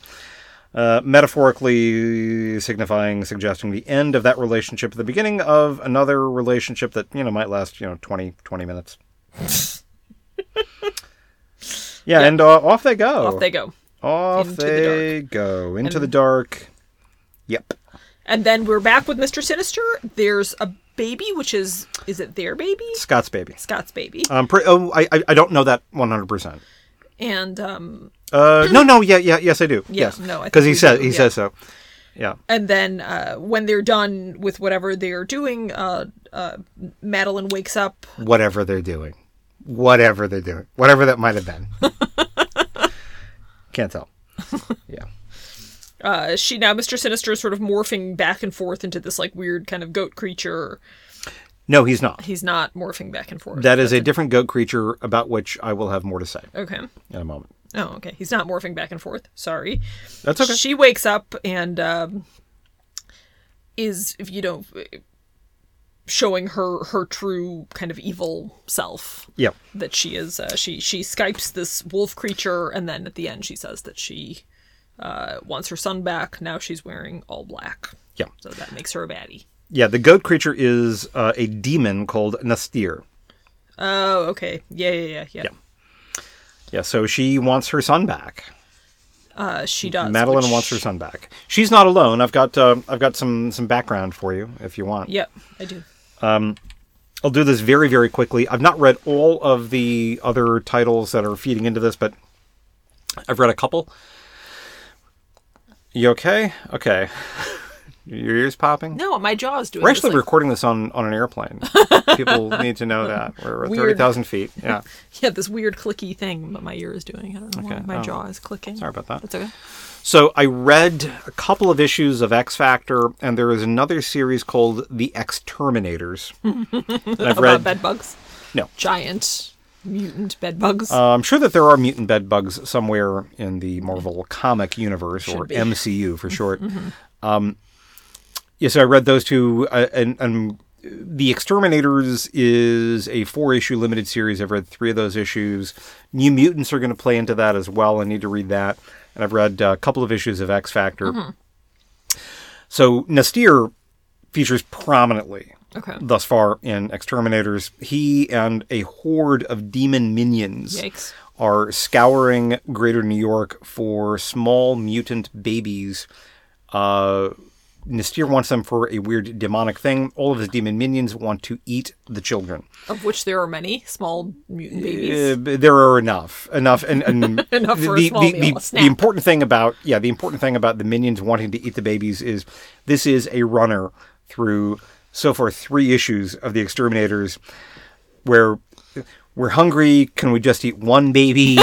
Speaker 1: Uh, metaphorically signifying, suggesting the end of that relationship, the beginning of another relationship that, you know, might last, you know, 20, 20 minutes. Yeah, and uh, off they go.
Speaker 2: off they go
Speaker 1: Off
Speaker 2: Into the
Speaker 1: they go into the dark. Yep.
Speaker 2: And then we're back with Mr. Sinister. There's a baby, which is is it their baby?
Speaker 1: Scott's baby.
Speaker 2: Scott's baby.
Speaker 1: Um, pre- oh, I, I I don't know that one hundred percent.
Speaker 2: And um
Speaker 1: Uh, no, no, yeah, yeah, yes, I do.
Speaker 2: Yeah,
Speaker 1: yes,
Speaker 2: no, I think
Speaker 1: because he
Speaker 2: we
Speaker 1: says
Speaker 2: do,
Speaker 1: he
Speaker 2: yeah.
Speaker 1: says so. Yeah,
Speaker 2: and then uh when they're done with whatever they're doing, uh uh Madeline wakes up.
Speaker 1: whatever they're doing, whatever they're doing, whatever that might have been. Can't tell. Yeah.
Speaker 2: Uh she now Mr. Sinister is sort of morphing back and forth into this like weird kind of goat creature.
Speaker 1: No, he's not.
Speaker 2: He's not morphing back and forth.
Speaker 1: That is a different goat creature about which I will have more to say
Speaker 2: okay.
Speaker 1: in a moment.
Speaker 2: Oh, okay. He's not morphing back and forth. Sorry.
Speaker 1: That's okay.
Speaker 2: She wakes up and um, is, if you know, showing her her true kind of evil self.
Speaker 1: Yeah.
Speaker 2: That she is. Uh, she she skypes this wolf creature, and then at the end she says that she uh, wants her son back. Now she's wearing all black.
Speaker 1: Yeah.
Speaker 2: So that makes her a baddie.
Speaker 1: Yeah, the goat creature is uh, a demon called Nastir.
Speaker 2: Oh, okay. Yeah, yeah, yeah, yeah.
Speaker 1: Yeah. Yeah, so she wants her son back.
Speaker 2: Uh, she does.
Speaker 1: Madeline
Speaker 2: which-
Speaker 1: wants her son back. She's not alone. I've got uh, I've got some some background for you if you want.
Speaker 2: Yep, I do.
Speaker 1: I'll do this very, very quickly. I've not read all of the other titles that are feeding into this, but I've read a couple. You okay? Okay. Your ears popping?
Speaker 2: No, my jaw is doing.
Speaker 1: We're
Speaker 2: this,
Speaker 1: actually
Speaker 2: like,
Speaker 1: recording this on, on an airplane. People need to know that. We're at
Speaker 2: Weird.
Speaker 1: 30,000 feet. Yeah.
Speaker 2: Yeah, this weird clicky thing that my ear is doing. I don't know why
Speaker 1: Okay,
Speaker 2: my
Speaker 1: oh.
Speaker 2: jaw is clicking.
Speaker 1: Sorry about that.
Speaker 2: That's okay.
Speaker 1: So I read a couple of issues of X Factor, and there is another series called The Exterminators. And I've
Speaker 2: About
Speaker 1: read.
Speaker 2: bed bugs.
Speaker 1: No.
Speaker 2: Giant mutant bed bugs.
Speaker 1: Uh, I'm sure that there are mutant bed bugs somewhere in the Marvel comic universe or
Speaker 2: be. Mm-hmm.
Speaker 1: MCU for short. Um, yeah, so I read those two, uh, and, and the Exterminators is a four-issue limited series. I've read three of those issues. New Mutants are going to play into that as well. I need to read that, and I've read uh, a couple of issues of X Factor.
Speaker 2: Mm-hmm.
Speaker 1: So Nastir features prominently
Speaker 2: okay.
Speaker 1: thus far in Exterminators. He and a horde of demon minions
Speaker 2: Yikes.
Speaker 1: are scouring Greater New York for small mutant babies. Uh, Nastir wants them for a weird demonic thing. All of his demon minions want to eat the children.
Speaker 2: Of which there are many small mutant
Speaker 1: Uh,
Speaker 2: babies.
Speaker 1: b- there are enough, enough, and, and
Speaker 2: Enough for a small
Speaker 1: the,
Speaker 2: meal, a
Speaker 1: the,
Speaker 2: snack.
Speaker 1: the important thing about yeah, the important thing about the minions wanting to eat the babies is this is a runner through so far three issues of the exterminators, where we're hungry. Can we just eat one baby?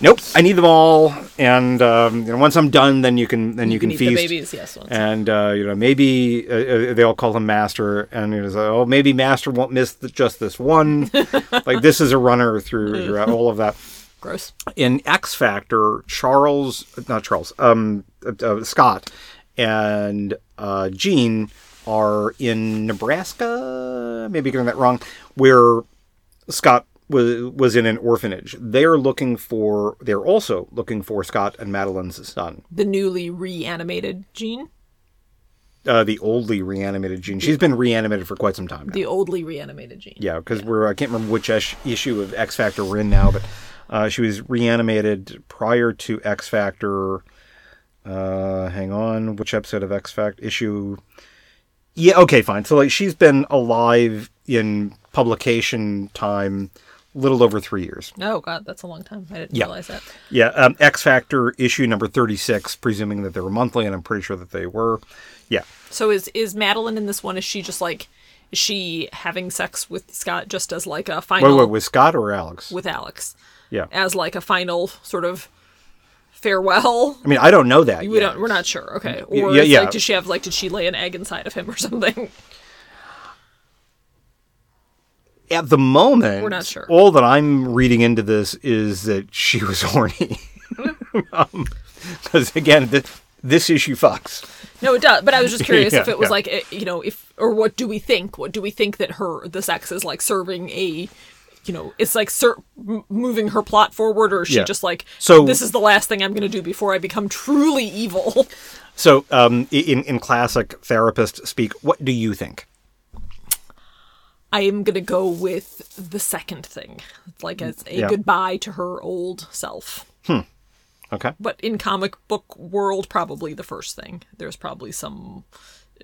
Speaker 1: nope, I need them all. And um, you know, once I'm done, then you can then you,
Speaker 2: can
Speaker 1: can,
Speaker 2: eat the
Speaker 1: feast
Speaker 2: babies, yes, once.
Speaker 1: and uh, you know maybe uh, uh, they all call him master and it was like, oh maybe master won't miss the, just this one like this is a runner through throughout all of that
Speaker 2: Gross.
Speaker 1: in x factor charles not charles um uh, uh, scott and uh gene are in nebraska maybe getting that wrong where scott was, was in an orphanage. They're looking for, they're also looking for Scott and Madeline's son.
Speaker 2: The newly reanimated Jean.
Speaker 1: uh, the oldly reanimated Jean. She's been reanimated for quite some time now.
Speaker 2: The oldly reanimated Jean.
Speaker 1: Yeah, because we're I can't remember which ish- issue of X Factor we're in now, but uh, she was reanimated prior to X Factor. Uh, hang on, which episode of X Factor issue? Yeah, okay, fine. So like she's been alive in publication time, little over three years.
Speaker 2: Oh god, that's a long time. I didn't
Speaker 1: Yeah.
Speaker 2: realize that.
Speaker 1: Yeah, um, X Factor issue number thirty-six, presuming that they were monthly, and I'm pretty sure that they were. Yeah,
Speaker 2: So is is Madeline in this one? Is she just like is she having sex with Scott just as like a
Speaker 1: wait,
Speaker 2: final
Speaker 1: wait, with Scott or Alex?
Speaker 2: with Alex?
Speaker 1: yeah,
Speaker 2: As like a final sort of farewell
Speaker 1: I mean, I don't know that.
Speaker 2: We
Speaker 1: yet.
Speaker 2: don't. uh, We're not sure. Okay. Or
Speaker 1: yeah,
Speaker 2: it's
Speaker 1: yeah.
Speaker 2: like, did she have like? Did she lay an egg inside of him or something?
Speaker 1: At the moment,
Speaker 2: We're not sure.
Speaker 1: All that I'm reading into this is that she was horny. Um, Because again, th- this issue fucks.
Speaker 2: No, it does. But I was just curious if
Speaker 1: Yeah,
Speaker 2: it was
Speaker 1: yeah.
Speaker 2: like like eh, you know if or what do we think? What do we think that her the sex is like serving a. You know, it's like ser- m- moving her plot forward, or is she
Speaker 1: Yeah.
Speaker 2: just like,
Speaker 1: So-
Speaker 2: this is the last thing I'm going to do before I become truly evil.
Speaker 1: So, um, i- in in classic therapist speak, what do you think?
Speaker 2: I am gonna go with the second thing. It's like as a
Speaker 1: Yeah.
Speaker 2: goodbye to her old self.
Speaker 1: Okay.
Speaker 2: But in comic book world, probably the first thing. There's probably some,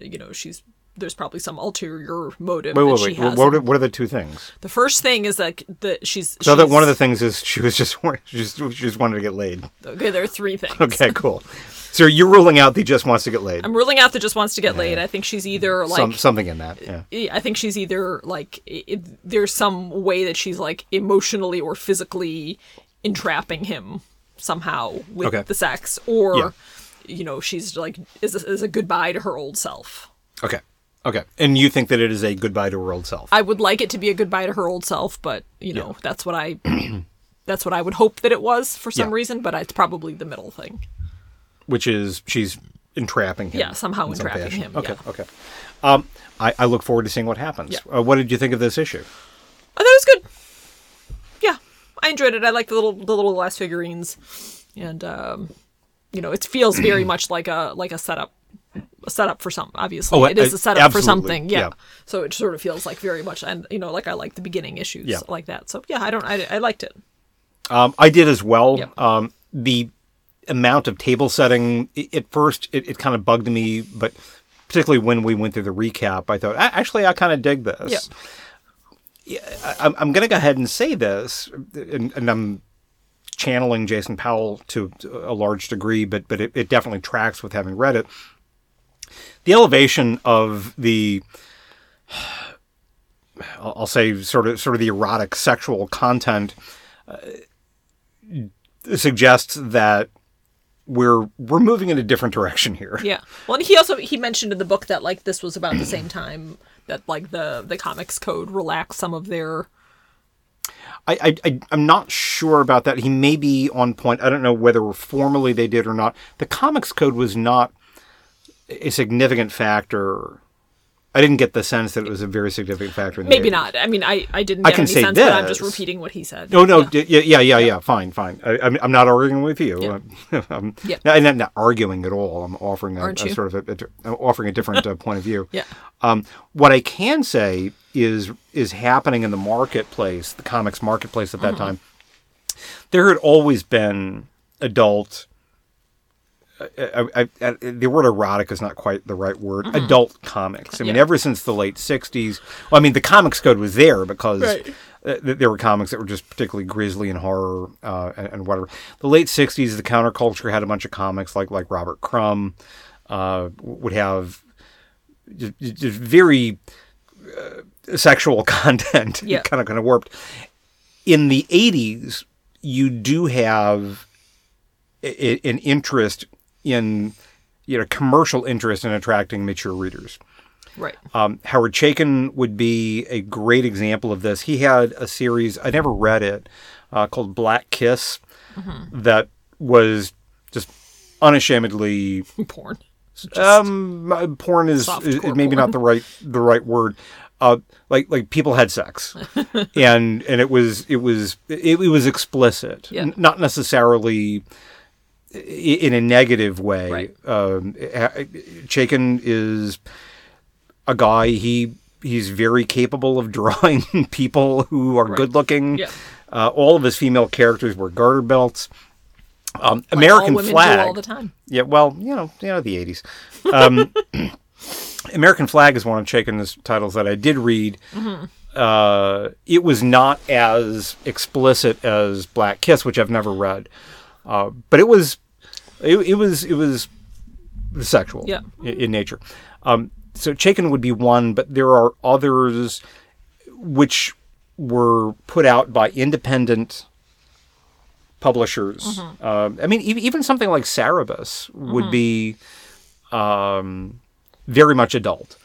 Speaker 2: you know, she's there's probably some ulterior motive
Speaker 1: Wait, wait,
Speaker 2: that she
Speaker 1: wait.
Speaker 2: has.
Speaker 1: What are, what are the two things?
Speaker 2: the first thing is that that she's
Speaker 1: So that one of the
Speaker 2: she's-
Speaker 1: things is she was just wa- she just she just wanted to get laid.
Speaker 2: okay. There are three things.
Speaker 1: Okay, cool. So you're ruling out that he just wants to get laid.
Speaker 2: I'm ruling out that just wants to get laid. I think she's either like
Speaker 1: Some, something in that. Yeah.
Speaker 2: Yeah, I think she's either like i i- there's some way that she's like emotionally or physically entrapping him somehow with
Speaker 1: Okay.
Speaker 2: the sex, or
Speaker 1: Yeah.
Speaker 2: you know she's like is a, is a goodbye to her old self.
Speaker 1: Okay. Okay. And you think that it is a goodbye to her old self.
Speaker 2: I would like it to be a goodbye to her old self, but you know that's what I that's what I would hope that it was for some
Speaker 1: Yeah.
Speaker 2: reason. But it's probably the middle thing.
Speaker 1: which is she's entrapping him.
Speaker 2: Yeah,
Speaker 1: in
Speaker 2: somehow
Speaker 1: some
Speaker 2: entrapping
Speaker 1: fashion.
Speaker 2: him,
Speaker 1: Okay,
Speaker 2: yeah.
Speaker 1: okay. Um, I, I look forward to seeing what happens.
Speaker 2: Yeah.
Speaker 1: Uh, what did you think of this issue?
Speaker 2: Oh, that was good. Yeah, I enjoyed it. I like the little the little glass figurines, and um, you know, it feels very much like a like a setup, a setup for some. Obviously,
Speaker 1: Oh,
Speaker 2: it is
Speaker 1: I-
Speaker 2: a setup for
Speaker 1: absolutely,
Speaker 2: something. Yeah.
Speaker 1: yeah.
Speaker 2: So it sort of feels like very much, and you know, like I like the beginning issues
Speaker 1: Yeah.
Speaker 2: like that. So yeah, I don't. I, I liked it.
Speaker 1: Um, I did as well.
Speaker 2: Yep.
Speaker 1: Um, the amount of table setting i at first it, it kind of bugged me, but particularly when we went through the recap, I thought "A- actually I kind of dig this.
Speaker 2: Yeah.
Speaker 1: Yeah, I, I'm- I'm going to go ahead and say this, and, and I'm channeling Jason Powell to a large degree, but but it, it definitely tracks with having read it. The elevation of the I'll I'll say sort of sort of the erotic sexual content uh, suggests that we're we're moving in a different direction here.
Speaker 2: Yeah. Well, and he also he mentioned in the book that like this was about the same time that like the the comics code relaxed some of their
Speaker 1: I, I, I I'm not sure about that. He may be on point. I don't know whether formally they did or not. The comics code was not a significant factor. I didn't get the sense that it was a very significant factor. In the
Speaker 2: maybe
Speaker 1: 80s.
Speaker 2: not. I mean, I I didn't get
Speaker 1: can
Speaker 2: any
Speaker 1: say
Speaker 2: sense, but I'm just
Speaker 1: this.
Speaker 2: repeating what he said.
Speaker 1: No, Oh, no, d- yeah, yeah, yeah, yeah. Fine, fine. I, I'm, I'm not arguing with you. I'm,
Speaker 2: Yeah.
Speaker 1: no, I'm not, not arguing at all. I'm offering a,
Speaker 2: Aren't
Speaker 1: a
Speaker 2: you?
Speaker 1: sort of a, a, di- I'm offering a different uh, point of view.
Speaker 2: Yeah.
Speaker 1: Um, what I can say is is happening in the marketplace, the comics marketplace at that
Speaker 2: Mm-hmm.
Speaker 1: time. There had always been adult. uh, I, I, I, the word erotic is not quite the right word. Adult comics. I mean,
Speaker 2: Mm-hmm. Yeah.
Speaker 1: ever since the late '60s. Well, I mean, the comics code was there because
Speaker 2: Right.
Speaker 1: uh, th- there were comics that were just particularly grisly and horror uh, and, and whatever. The late '60s, the counterculture had a bunch of comics like like Robert Crumb uh, would have just, just very uh, sexual content,
Speaker 2: Yeah.
Speaker 1: kind of kind of warped. In the '80s, you do have a, a- an interest in you know commercial interest in attracting mature readers.
Speaker 2: Right.
Speaker 1: Um, Howard Chaykin would be a great example of this. He had a series, I never read it, uh, called Black Kiss, that was just unashamedly
Speaker 2: Porn.
Speaker 1: um, my- porn is,
Speaker 2: softcore
Speaker 1: is is maybe
Speaker 2: porn.
Speaker 1: not the right the right word. Uh, like like people had sex, and and it was it was it, it was explicit,
Speaker 2: Yeah.
Speaker 1: N- not necessarily i- in a negative way.
Speaker 2: Right.
Speaker 1: Um, Chaikin is a guy. He he's very capable of drawing people who are good looking.
Speaker 2: Yeah.
Speaker 1: Uh, all of his female characters wear garter belts. Um,
Speaker 2: like all
Speaker 1: American
Speaker 2: women do
Speaker 1: flag
Speaker 2: all the time.
Speaker 1: yeah, well, you know, you know, the eighties. Um, American Flag is one of Chaikin's titles that I did read. Uh, it was not as explicit as Black Kiss, which I've never read, uh, but it was, it, it was, it was sexual
Speaker 2: Yeah.
Speaker 1: i- in, nature. Um, so Chaikin would be one, but there are others which were put out by independent publishers. Um, I mean, e- even something like Cerebus would be um, very much adult,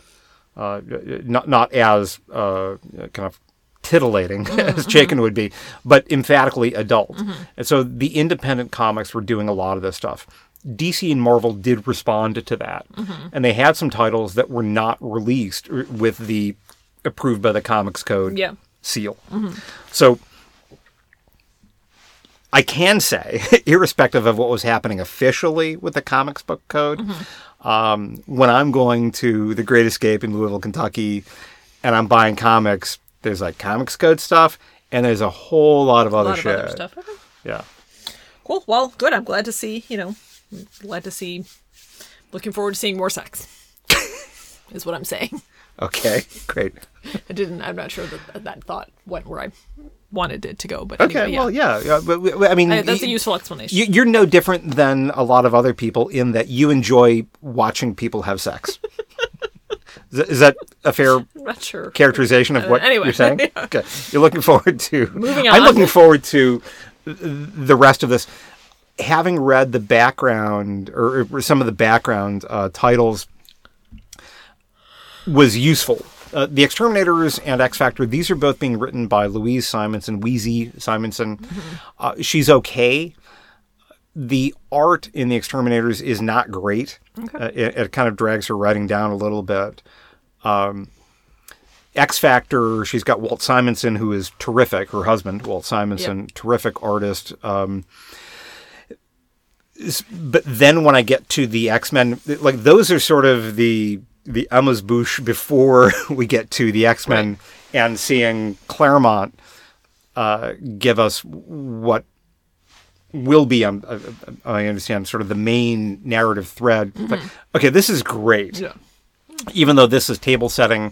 Speaker 1: uh, not not as uh, kind of titillating as Chaikin would be, but emphatically adult. And so the independent comics were doing a lot of this stuff. DC and Marvel did respond to that, and they had some titles that were not released r- with the approved by the Comics Code
Speaker 2: Yeah.
Speaker 1: seal. So I can say, irrespective of what was happening officially with the comics book code, um, when I'm going to the Great Escape in Louisville, Kentucky, and I'm buying comics, there's like comics code stuff, and there's a whole lot of
Speaker 2: A
Speaker 1: other
Speaker 2: lot of
Speaker 1: shit.
Speaker 2: other stuff. Okay.
Speaker 1: Yeah.
Speaker 2: Cool. Well, good. I'm glad to see, you know, I'm glad to see, looking forward to seeing more sex, is what I'm saying.
Speaker 1: Okay. Great.
Speaker 2: I didn't, I'm not sure that that thought went where I wanted it to go, but
Speaker 1: Okay.
Speaker 2: anyway, yeah.
Speaker 1: Well, yeah. yeah but, we- I mean,
Speaker 2: I- that's a
Speaker 1: y-
Speaker 2: useful explanation.
Speaker 1: you- you're no different than a lot of other people in that you enjoy watching people have sex. is, that- is that a fair
Speaker 2: I'm not sure.
Speaker 1: characterization of what
Speaker 2: Uh, Anyway,
Speaker 1: you're saying?
Speaker 2: yeah.
Speaker 1: Okay. You're looking forward to.
Speaker 2: Moving
Speaker 1: I'm
Speaker 2: on.
Speaker 1: looking forward to the rest of this. Having read the background or, or some of the background uh, titles was useful. Uh, the Exterminators and X Factor, these are both being written by Louise Simonson, Wheezy Simonson.
Speaker 2: Mm-hmm.
Speaker 1: Uh, she's okay. The art in The Exterminators is not great. Uh, it, it kind of drags her writing down a little bit. Um, X Factor. She's got Walt Simonson, who is terrific. Her husband, Walt Simonson, terrific artist. Um, s- but then when I get to the X Men, like those are sort of the the Emma's Bush before we get to the X Men and seeing Claremont uh, give us what will be, um, uh, uh, I understand, sort of the main narrative thread. Like, okay, this is great
Speaker 2: Mm-hmm. Yeah.
Speaker 1: even though this is table setting,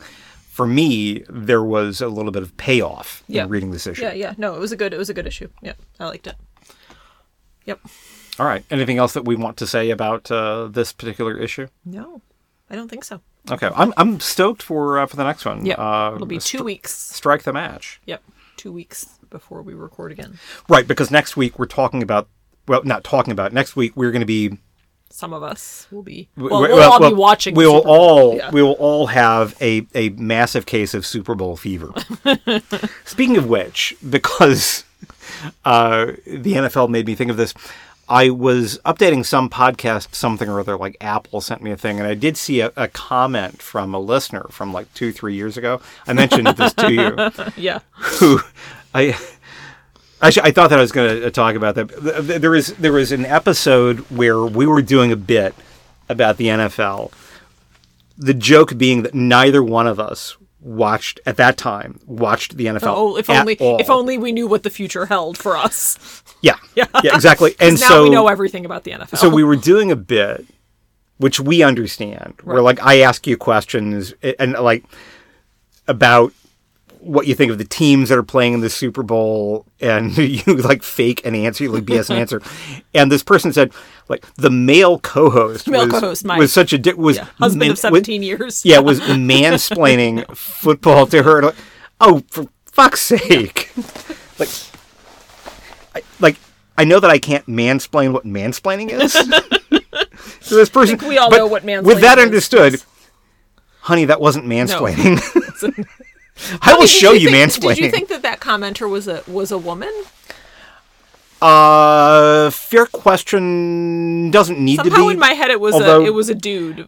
Speaker 1: for me there was a little bit of payoff
Speaker 2: Yeah.
Speaker 1: in reading this issue.
Speaker 2: Yeah, yeah. No, it was a good it was a good issue. Yeah. I liked it. Yep.
Speaker 1: All right. Anything else that we want to say about uh, this particular issue?
Speaker 2: No. I don't think so.
Speaker 1: Okay, I'm I'm stoked for uh, for the next one.
Speaker 2: Yep.
Speaker 1: Uh,
Speaker 2: It'll be two
Speaker 1: stri-
Speaker 2: weeks.
Speaker 1: Strike the match.
Speaker 2: Yep. Two weeks before we record again.
Speaker 1: Right, because next week we're talking about well, not talking about. Next week we're going to be
Speaker 2: Some of us will be
Speaker 1: we-
Speaker 2: well,
Speaker 1: we-
Speaker 2: we'll, all
Speaker 1: well,
Speaker 2: be watching.
Speaker 1: We
Speaker 2: the
Speaker 1: will
Speaker 2: Super Bowl.
Speaker 1: all
Speaker 2: Yeah.
Speaker 1: we will all have a a massive case of Super Bowl fever. Speaking of which, because uh, the NFL made me think of this, I was updating some podcast, something or other, like Apple sent me a thing, and I did see a, a comment from a listener from like two three years ago. I mentioned this to you
Speaker 2: yeah.
Speaker 1: who I actually I thought that I was going to talk about that. Th- th- There is there was an episode where we were doing a bit about the NFL. The joke being that neither one of us watched at that time watched the NFL.
Speaker 2: Oh, if
Speaker 1: at
Speaker 2: only
Speaker 1: all.
Speaker 2: if only we knew what the future held for us.
Speaker 1: Yeah, yeah, exactly. And
Speaker 2: now
Speaker 1: so
Speaker 2: we know everything about the NFL.
Speaker 1: so we were doing a bit which we understand where
Speaker 2: Right.
Speaker 1: like i ask you questions a- and like about what you think of the teams that are playing in the super bowl and you like fake an answer you like bs an answer and this person said like the male co-host
Speaker 2: Male
Speaker 1: was,
Speaker 2: co-host, Mike.
Speaker 1: was such a dick was
Speaker 2: yeah. husband
Speaker 1: man-
Speaker 2: of
Speaker 1: was-
Speaker 2: seventeen years.
Speaker 1: yeah was mansplaining football to her like, oh for fuck's sake like I, like I know that I can't mansplain what mansplaining is. so this person,
Speaker 2: think we all
Speaker 1: but
Speaker 2: know what mansplaining
Speaker 1: With that
Speaker 2: is,
Speaker 1: understood,
Speaker 2: yes.
Speaker 1: honey, that wasn't mansplaining. I
Speaker 2: Did
Speaker 1: will show you,
Speaker 2: think-
Speaker 1: mansplaining.
Speaker 2: Did you think that that commenter was a was a woman?
Speaker 1: uh, fair question doesn't need to
Speaker 2: Somehow
Speaker 1: be.
Speaker 2: in my head it was
Speaker 1: although-
Speaker 2: a it was a dude.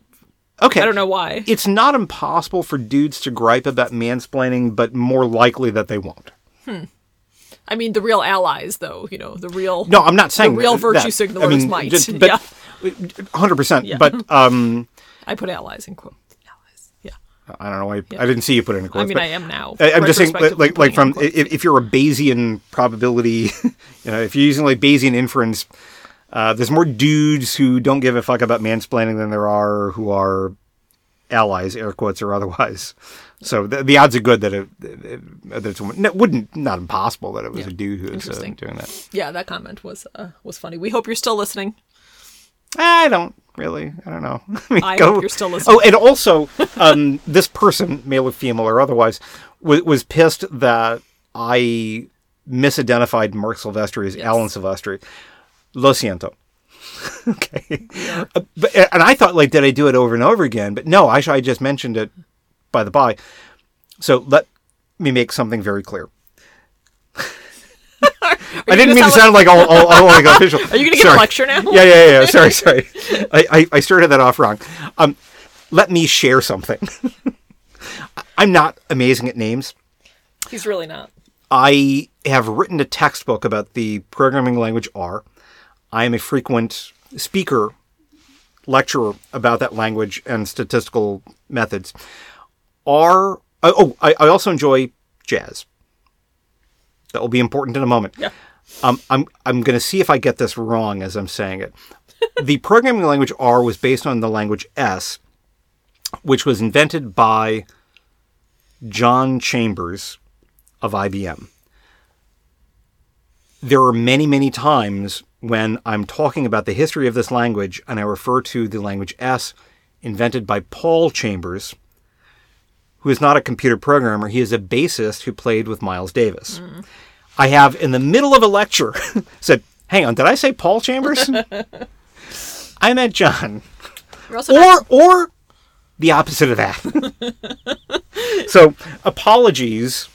Speaker 1: okay,
Speaker 2: I don't know why.
Speaker 1: It's not impossible for dudes to gripe about mansplaining, but more likely that they won't.
Speaker 2: I mean, the real allies, though. You know, the real.
Speaker 1: No, I'm not saying
Speaker 2: real
Speaker 1: that.
Speaker 2: virtue
Speaker 1: I
Speaker 2: signalers
Speaker 1: mean,
Speaker 2: might.
Speaker 1: just- but
Speaker 2: Yeah.
Speaker 1: 100%. But um,
Speaker 2: I put allies in quotes. Allies. Yeah.
Speaker 1: I don't know why I didn't see you put it in a quote.
Speaker 2: I mean,
Speaker 1: but-
Speaker 2: I am now.
Speaker 1: I, I'm just saying, like,
Speaker 2: retrospectively
Speaker 1: like, like
Speaker 2: putting
Speaker 1: from
Speaker 2: in
Speaker 1: i-
Speaker 2: quotes.
Speaker 1: if, if you're a Bayesian probability, you know, if you're using like Bayesian inference, uh, there's more dudes who don't give a fuck about mansplaining than there are who are allies, air quotes or otherwise. So the, the odds are good that it, that it's a woman. No, it wouldn't not impossible that it was
Speaker 2: Yeah.
Speaker 1: a dude who was uh,
Speaker 2: Interesting.
Speaker 1: doing that.
Speaker 2: Yeah, that comment was uh, was funny. We hope you're still listening.
Speaker 1: I don't really. I don't know. I, mean,
Speaker 2: I hope you're still listening.
Speaker 1: Oh, and also, um, this person, male or female or otherwise, was, was pissed that I misidentified Mark Silvestri as Alan Silvestri. Lo siento. okay. Uh, but, and I thought, like, did I do it over and over again? But no, I, I just mentioned it by the by. So let me make something very clear. I didn't mean
Speaker 2: gonna
Speaker 1: to sound
Speaker 2: sound
Speaker 1: like all, all, all like official.
Speaker 2: Are you going to give
Speaker 1: Sorry.
Speaker 2: a lecture now?
Speaker 1: Yeah, yeah, yeah. yeah. Sorry, sorry. I, I, I started that off wrong. Um, let me share something. I'm not amazing at names.
Speaker 2: He's really not.
Speaker 1: I have written a textbook about the programming language R. I am a frequent speaker, lecturer about that language and statistical methods. R I, oh, I, I also enjoy jazz. That will be important in a moment.
Speaker 2: Yeah.
Speaker 1: Um, I'm I'm going to see if I get this wrong as I'm saying it. the programming language R was based on the language S, which was invented by John Chambers of IBM. There are many, many times when I'm talking about the history of this language and I refer to the language S invented by Paul Chambers, who is not a computer programmer. He is a bassist who played with Miles Davis. I have, in the middle of a lecture, said, Hang on, did I say Paul Chambers? I meant John
Speaker 2: You're also not-
Speaker 1: or or the opposite of that. so apologies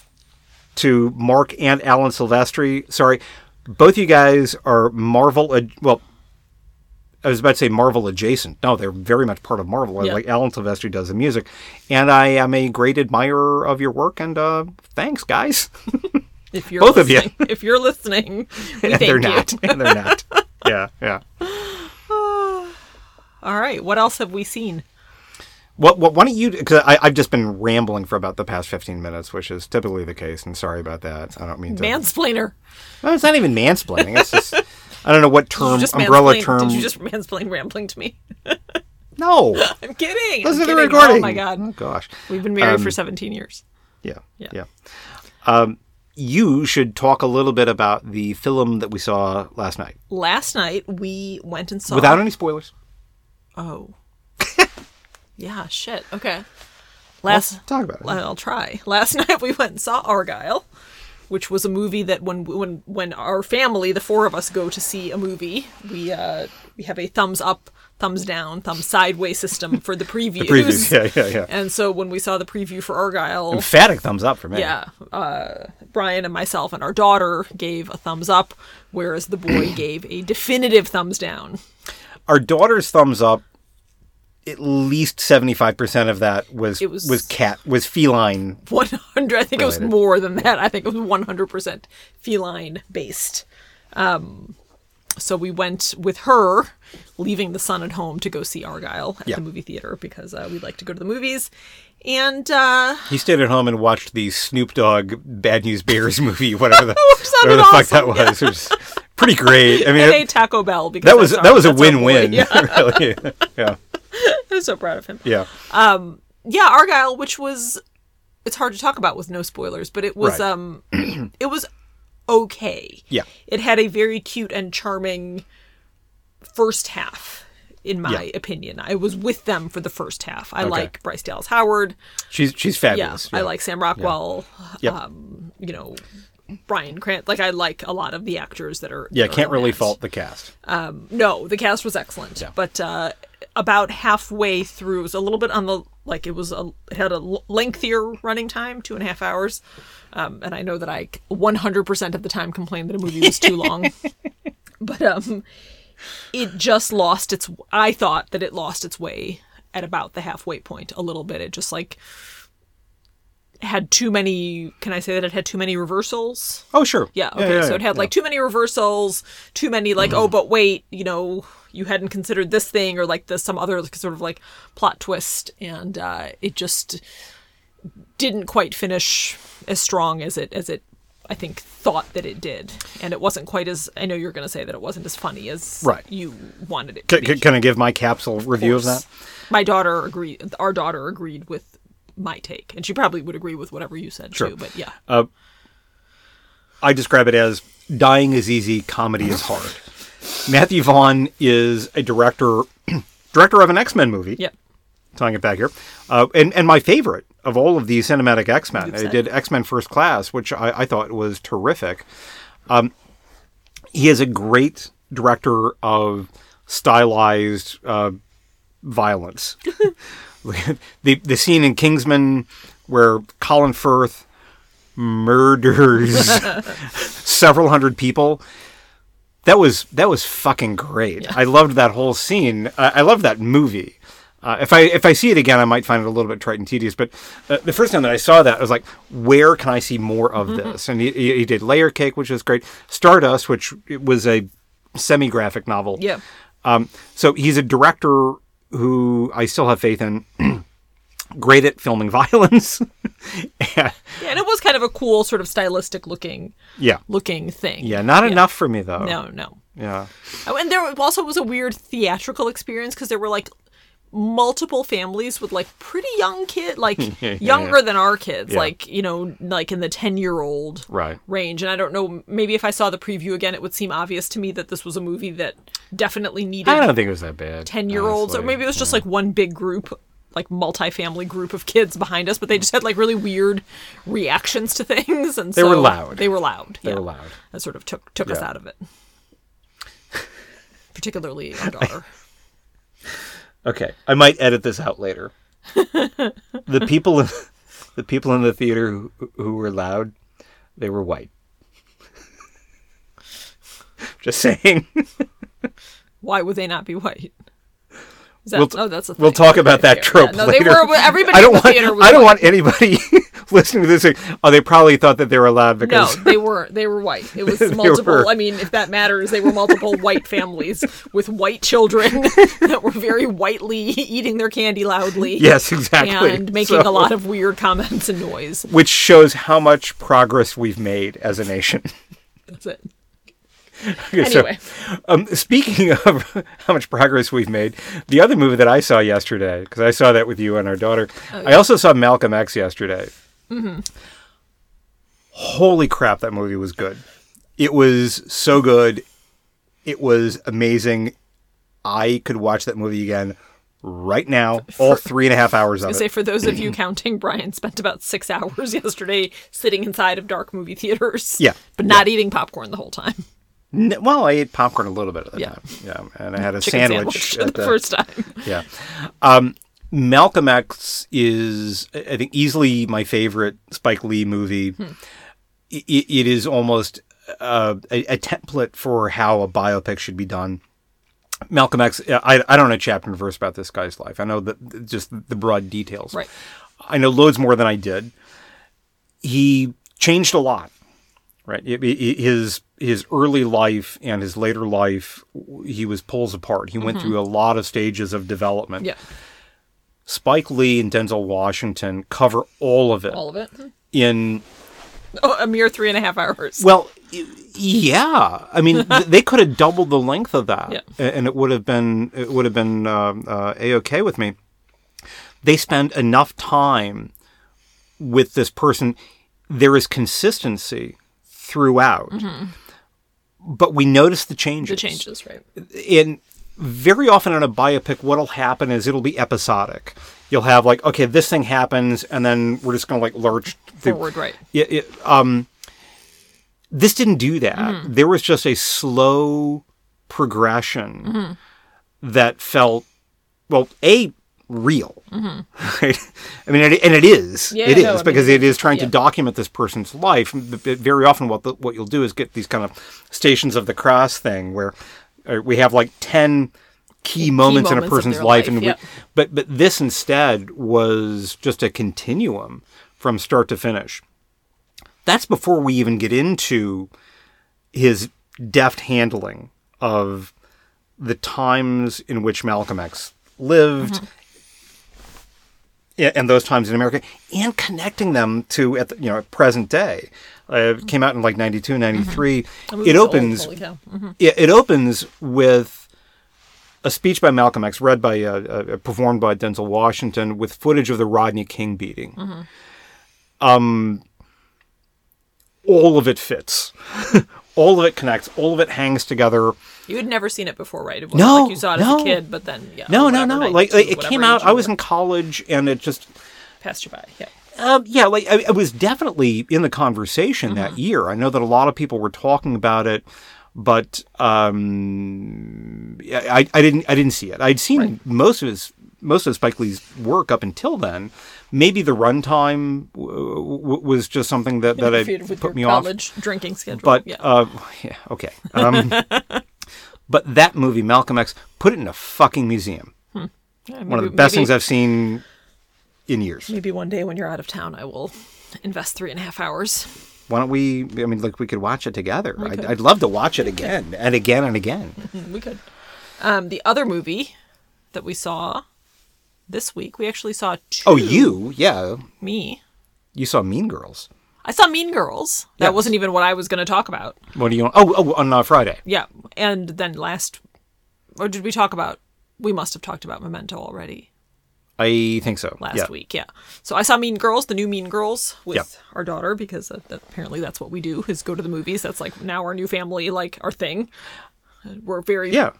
Speaker 1: to Mark and Alan Silvestri. Sorry, both you guys are Marvel. Ad- well, I was about to say Marvel adjacent. No, they're very much part of Marvel.
Speaker 2: Yeah.
Speaker 1: Like Alan Silvestri does the music, and I am a great admirer of your work. And uh, thanks, guys.
Speaker 2: if you're
Speaker 1: both of you.
Speaker 2: listening- If you're listening, we
Speaker 1: and
Speaker 2: thank
Speaker 1: they're
Speaker 2: you.
Speaker 1: not. And they're not. Yeah, yeah.
Speaker 2: All right. What else have we seen?
Speaker 1: What, what, why don't you? Because I've just been rambling for about the past fifteen minutes, which is typically the case. And sorry about that. I don't mean to.
Speaker 2: Mansplainer.
Speaker 1: Well, it's not even mansplaining. It's just I don't know what
Speaker 2: Did you
Speaker 1: term,
Speaker 2: just
Speaker 1: um, umbrella
Speaker 2: mansplain-
Speaker 1: term.
Speaker 2: Did you just mansplain rambling to me?
Speaker 1: No,
Speaker 2: I'm kidding.
Speaker 1: listen
Speaker 2: I'm
Speaker 1: to the
Speaker 2: kidding.
Speaker 1: recording. Um,
Speaker 2: Oh my god.
Speaker 1: gosh.
Speaker 2: We've been married for 17 years.
Speaker 1: Yeah, yeah.
Speaker 2: Yeah.
Speaker 1: Um, you should talk a little bit about the film that we saw last night,
Speaker 2: Last night we went and saw
Speaker 1: without any spoilers.
Speaker 2: Oh. yeah, shit. Okay. Last
Speaker 1: Talk about it.
Speaker 2: I'll, try. Last night we went and saw Argyle, which was a movie that when when when our family, the four of us go to see a movie, we uh we have a thumbs up, thumbs down, thumbs sideways system for the previews.
Speaker 1: Previews. Yeah, yeah, yeah.
Speaker 2: And so when we saw the preview for Argyle,
Speaker 1: Emphatic thumbs up for me.
Speaker 2: yeah, uh, Brian and myself and our daughter gave a thumbs up, whereas the boy gave a definitive thumbs down.
Speaker 1: Our daughter's thumbs up. At least seventy five percent of that was
Speaker 2: It was-
Speaker 1: was cat was feline.
Speaker 2: 100 i think it
Speaker 1: Related.
Speaker 2: was more than that i think it was 100% feline based um, so we went with her leaving the son at home to go see argyle at
Speaker 1: Yeah.
Speaker 2: the movie theater because uh, we like to go to the movies and uh,
Speaker 1: He stayed at home and watched the Snoop Dogg Bad News Bears movie, whatever the, whatever
Speaker 2: sounded
Speaker 1: the fuck that
Speaker 2: awesome,
Speaker 1: was.
Speaker 2: yeah.
Speaker 1: It was pretty great. I mean,
Speaker 2: and
Speaker 1: it-
Speaker 2: ate taco bell because
Speaker 1: that was
Speaker 2: that's our-
Speaker 1: that was a
Speaker 2: that's our boy.
Speaker 1: win-win.
Speaker 2: yeah
Speaker 1: really. Yeah,
Speaker 2: i'm so proud of him
Speaker 1: yeah.
Speaker 2: yeah argyle which was it's hard to talk about with no spoilers but it was
Speaker 1: Right.
Speaker 2: um it was okay
Speaker 1: Yeah.
Speaker 2: it had a very cute and charming first half in my
Speaker 1: Yeah.
Speaker 2: opinion i was with them for the first half i like bryce dallas howard
Speaker 1: She's she's
Speaker 2: yeah,
Speaker 1: fabulous.
Speaker 2: i like sam rockwell
Speaker 1: Yep.
Speaker 2: um you know brian Cran. like i like a lot of the actors that are
Speaker 1: yeah,
Speaker 2: that are
Speaker 1: can't
Speaker 2: in
Speaker 1: really
Speaker 2: that.
Speaker 1: fault the cast.
Speaker 2: No, the cast was excellent, but uh, about halfway through, it was a little bit on the like it was a it had a l- lengthier running time, two and a half hours, um, and I know that I 100% of the time complained that a movie was too long, but um, it just lost its. I thought that it lost its way at about the halfway point a little bit. It just like had too many. Can I say that it had too many reversals?
Speaker 1: Oh sure.
Speaker 2: Yeah. Okay. so it had
Speaker 1: yeah. Mm-hmm.
Speaker 2: like too many reversals, too many like, oh, but wait, you know, you hadn't considered this thing or like the some other sort of like plot twist, and uh, it just didn't quite finish as strong as it as it I think thought that it did, and it wasn't quite as I know you're going to say that it wasn't as funny as
Speaker 1: Right.
Speaker 2: you wanted it to
Speaker 1: Can,
Speaker 2: be.
Speaker 1: can- can I give my capsule review of that?
Speaker 2: My daughter agreed. Our daughter agreed with my take, and she probably would agree with whatever you said
Speaker 1: Sure. Uh,
Speaker 2: too. But yeah,
Speaker 1: I describe it as dying is easy, comedy is hard. Matthew Vaughn is a director, director of an X Men movie.
Speaker 2: yep.
Speaker 1: tying it back here, uh, and and my favorite of all of the cinematic X Men.
Speaker 2: Good
Speaker 1: I
Speaker 2: set.
Speaker 1: did X Men First Class, which I, I thought was terrific. Um, he is a great director of stylized uh, violence. the the scene in Kingsman where Colin Firth murders several hundred people. That was that was fucking great. I loved that whole scene. I, I loved that movie. Uh, if I if I see it again, I might find it a little bit trite and tedious. But uh, the first time that I saw that, I was like, "Where can I see more of this?" And he, he he did Layer Cake, which was great. Stardust, which was a semi graphic novel.
Speaker 2: Yeah.
Speaker 1: Um, so he's a director who I still have faith in. great at filming violence. yeah.
Speaker 2: Yeah, and it was kind of a cool sort of stylistic looking
Speaker 1: Yeah.
Speaker 2: looking thing.
Speaker 1: Yeah. Not enough for me though.
Speaker 2: No, no.
Speaker 1: Yeah.
Speaker 2: Oh, and there also was a weird theatrical experience because there were like multiple families with like pretty young kid, like younger than our kids,
Speaker 1: Yeah.
Speaker 2: like you know, like in the ten year old
Speaker 1: Right.
Speaker 2: range. And I don't know, maybe if I saw the preview again, it would seem obvious to me that this was a movie that definitely
Speaker 1: I
Speaker 2: needed
Speaker 1: don't think it was that bad.
Speaker 2: ten year olds, or
Speaker 1: honestly.
Speaker 2: maybe it was just like one big group. Like multi-family group of kids behind us, but they just had like really weird reactions to things, and
Speaker 1: They were
Speaker 2: so-
Speaker 1: loud.
Speaker 2: They were loud.
Speaker 1: they
Speaker 2: yeah
Speaker 1: were loud.
Speaker 2: that sort of took took us
Speaker 1: Yeah.
Speaker 2: out of it. Particularly our daughter.
Speaker 1: Okay, I might edit this out later. the people, the people in the theater who, who were loud, they were white. Just saying.
Speaker 2: Why would they not be white? Is that,
Speaker 1: We'll t-
Speaker 2: oh, that's a thing.
Speaker 1: We'll talk about that trope
Speaker 2: no,
Speaker 1: later.
Speaker 2: they were everybody
Speaker 1: I don't
Speaker 2: in the
Speaker 1: want.
Speaker 2: theater was
Speaker 1: I don't
Speaker 2: white.
Speaker 1: want anybody listening to this. saying, Oh, they probably thought that they were loud
Speaker 2: No,
Speaker 1: because
Speaker 2: they were they were white. It was multiple. I mean, if that matters, they were multiple white families with white children that were very whitely eating their candy loudly.
Speaker 1: yes, exactly,
Speaker 2: And making
Speaker 1: So-
Speaker 2: a lot of weird comments and noise.
Speaker 1: which shows how much progress we've made as a nation.
Speaker 2: That's it.
Speaker 1: Okay, so-
Speaker 2: Anyway,
Speaker 1: Um, speaking of how much progress we've made, the other movie that I saw yesterday, because I saw that with you and our daughter,
Speaker 2: Oh,
Speaker 1: I also saw Malcolm X yesterday.
Speaker 2: Mm-hmm.
Speaker 1: Holy crap, that movie was good. It was so good. It was amazing. I could watch that movie again right now, all three and a half hours
Speaker 2: I
Speaker 1: of
Speaker 2: say
Speaker 1: it.
Speaker 2: for those of you counting, Brian spent about six hours yesterday sitting inside of dark movie theaters.
Speaker 1: Yeah,
Speaker 2: But not eating popcorn the whole time.
Speaker 1: N- Well, I ate popcorn a little bit at the
Speaker 2: Yeah.
Speaker 1: time. Yeah, and I had a
Speaker 2: Chicken
Speaker 1: sandwich,
Speaker 2: sandwich,
Speaker 1: at
Speaker 2: the first time.
Speaker 1: yeah. Um, Malcolm X is, I I think, easily my favorite Spike Lee movie. I- i- it is almost uh, a, a template for how a biopic should be done. Malcolm X, I, I don't know chapter and verse about this guy's life. I know the, just the broad details.
Speaker 2: Right.
Speaker 1: I know loads more than I did. He changed a lot, right? I- I- I- His his early life and his later life, he was poles apart. He went through a lot of stages of development.
Speaker 2: Mm-hmm. Yeah.
Speaker 1: Spike Lee and Denzel Washington cover all of it
Speaker 2: All of it.
Speaker 1: in
Speaker 2: Oh, a mere three and a half hours.
Speaker 1: well, y- yeah. I mean, th- they could have doubled the length of that,
Speaker 2: Yeah.
Speaker 1: a- and it would have been it would have been um, uh, a okay with me. They spend enough time with this person. There is consistency throughout, but we notice the changes.
Speaker 2: Mm-hmm. the changes, right?
Speaker 1: And very often in a biopic, what'll happen is it'll be episodic. You'll have like, okay, this thing happens, and then we're just gonna like lurch through
Speaker 2: Forward, right.
Speaker 1: it, it, um, this didn't do that.
Speaker 2: Mm-hmm.
Speaker 1: There was just a slow progression
Speaker 2: Mm-hmm.
Speaker 1: that felt, well, a real. Right? I mean, it, and it is.
Speaker 2: Mm-hmm. Yeah,
Speaker 1: it is
Speaker 2: no, I mean,
Speaker 1: because it is trying
Speaker 2: yeah.
Speaker 1: to document this person's life. But Very often, what the, what you'll do is get these kind of stations of the cross thing where uh, we have like ten key moments in a
Speaker 2: moments of
Speaker 1: person's
Speaker 2: their
Speaker 1: life,
Speaker 2: life,
Speaker 1: and we,
Speaker 2: yeah.
Speaker 1: but but this instead was just a continuum from start to finish that's before we even get into his deft handling of the times in which Malcolm X lived
Speaker 2: Mm-hmm.
Speaker 1: yeah, and those times in America and connecting them to at the, you know present day. Uh,
Speaker 2: Mm-hmm.
Speaker 1: it came out in like 92, 93.
Speaker 2: movie's
Speaker 1: It
Speaker 2: old,
Speaker 1: opens
Speaker 2: holy cow.
Speaker 1: it, it opens with a speech by Malcolm X, read by uh, uh, performed by Denzel Washington, with footage of the Rodney King beating. Um, all of it fits. all of it connects. All of it hangs together.
Speaker 2: You had never seen it before, right? It wasn't
Speaker 1: No,
Speaker 2: like you saw it as
Speaker 1: no.
Speaker 2: a kid, but then yeah.
Speaker 1: No,
Speaker 2: whatever,
Speaker 1: no, no.
Speaker 2: 92,
Speaker 1: Like it- it
Speaker 2: whatever
Speaker 1: came out.
Speaker 2: age you
Speaker 1: I was
Speaker 2: were,
Speaker 1: in college, and it just
Speaker 2: passed you by. Yeah.
Speaker 1: Um, yeah, like I, I was definitely in the conversation
Speaker 2: Mm-hmm.
Speaker 1: that year. I know that a lot of people were talking about it, but um, yeah, I, I didn't. I didn't see it. I'd seen most of his most of Spike Lee's work up until then. Maybe the runtime w- w- was just something that that
Speaker 2: Interfered
Speaker 1: had
Speaker 2: with
Speaker 1: put
Speaker 2: your
Speaker 1: me off.
Speaker 2: college drinking schedule.
Speaker 1: But
Speaker 2: yeah.
Speaker 1: uh, yeah, okay. Um, but that movie, Malcolm X, put it in a fucking museum.
Speaker 2: Yeah,
Speaker 1: One of
Speaker 2: maybe-
Speaker 1: the best
Speaker 2: maybe-
Speaker 1: things I've seen in years.
Speaker 2: Maybe one day when you're out of town, I will invest three and a half hours.
Speaker 1: why don't we i mean like we could watch it together I'd,
Speaker 2: could.
Speaker 1: I'd love to watch it again and again and again
Speaker 2: We could. Um, the other movie that we saw this week, we actually saw two.
Speaker 1: oh you Oh, yeah
Speaker 2: me.
Speaker 1: You saw Mean Girls.
Speaker 2: I saw Mean Girls. That
Speaker 1: Yes.
Speaker 2: wasn't even what I was going to talk about.
Speaker 1: What do you? Oh, oh, on uh, Friday.
Speaker 2: Yeah, and then last, or did we talk about? We must have talked about Memento already
Speaker 1: I think so.
Speaker 2: last
Speaker 1: yeah.
Speaker 2: week. Yeah. So I saw Mean Girls, the new Mean Girls, with
Speaker 1: Yeah.
Speaker 2: our daughter because uh, that, apparently that's what we do is go to the movies. That's like now our new family, like our thing. And We're very
Speaker 1: Yeah.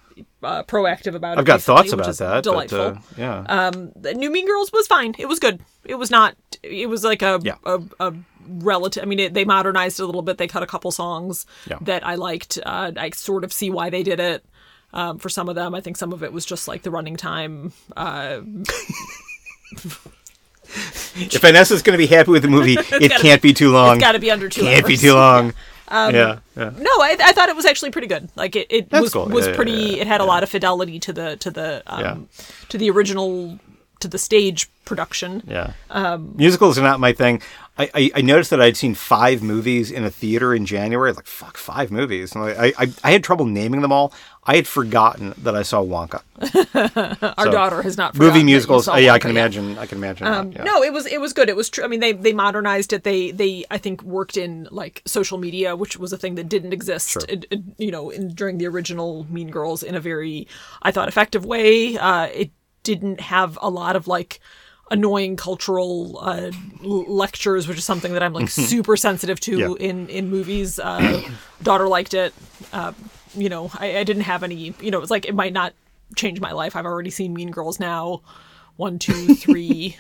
Speaker 2: uh, proactive about it.
Speaker 1: I've got
Speaker 2: recently,
Speaker 1: thoughts
Speaker 2: which
Speaker 1: about
Speaker 2: is
Speaker 1: that.
Speaker 2: Delightful.
Speaker 1: But, uh, yeah.
Speaker 2: um, the New Mean Girls was fine. It was good. It was not. It was like a
Speaker 1: Yeah.
Speaker 2: a, a relative. I mean, it, they modernized it a little bit. They cut a couple songs
Speaker 1: Yeah.
Speaker 2: that I liked. Uh, I sort of see why they did it. Um, for some of them, I think some of it was just like the running time. Uh,
Speaker 1: if Vanessa's going to be happy with the movie, it
Speaker 2: gotta-
Speaker 1: can't be too long.
Speaker 2: it's got to be under 2
Speaker 1: can't
Speaker 2: hours.
Speaker 1: be too long.
Speaker 2: Um,
Speaker 1: yeah. yeah.
Speaker 2: No, I, I thought it was actually pretty good. Like it, it
Speaker 1: That's
Speaker 2: was
Speaker 1: cool.
Speaker 2: was
Speaker 1: Yeah, yeah,
Speaker 2: pretty.
Speaker 1: yeah,
Speaker 2: It had a lot of fidelity to the to the um, to the original to the stage production.
Speaker 1: Yeah.
Speaker 2: um,
Speaker 1: Musicals are not my thing. I, I, I noticed that I'd seen five movies in a theater in January. I was Like, fuck, five movies. And I, I, I had trouble naming them all. I had forgotten that I saw Wonka.
Speaker 2: Our daughter has not forgotten that
Speaker 1: Movie
Speaker 2: you
Speaker 1: musicals.
Speaker 2: saw
Speaker 1: Oh, yeah, I
Speaker 2: Wonka
Speaker 1: can
Speaker 2: yet.
Speaker 1: imagine. I can imagine.
Speaker 2: Um,
Speaker 1: that, yeah.
Speaker 2: No, it was it was good. It was true. I mean, they they modernized it. They they I think worked in like social media, which was a thing that didn't exist. it- it- you know, in, during the original Mean Girls, in a very I thought effective way. Uh, it didn't have a lot of like annoying cultural uh, l- lectures, which is something that I'm like super sensitive to
Speaker 1: Mm-hmm. Yeah.
Speaker 2: in in movies. Uh, daughter liked it. Uh, you know, I, I didn't have any. You know, it's like it might not change my life. I've already seen Mean Girls now. One, two, three.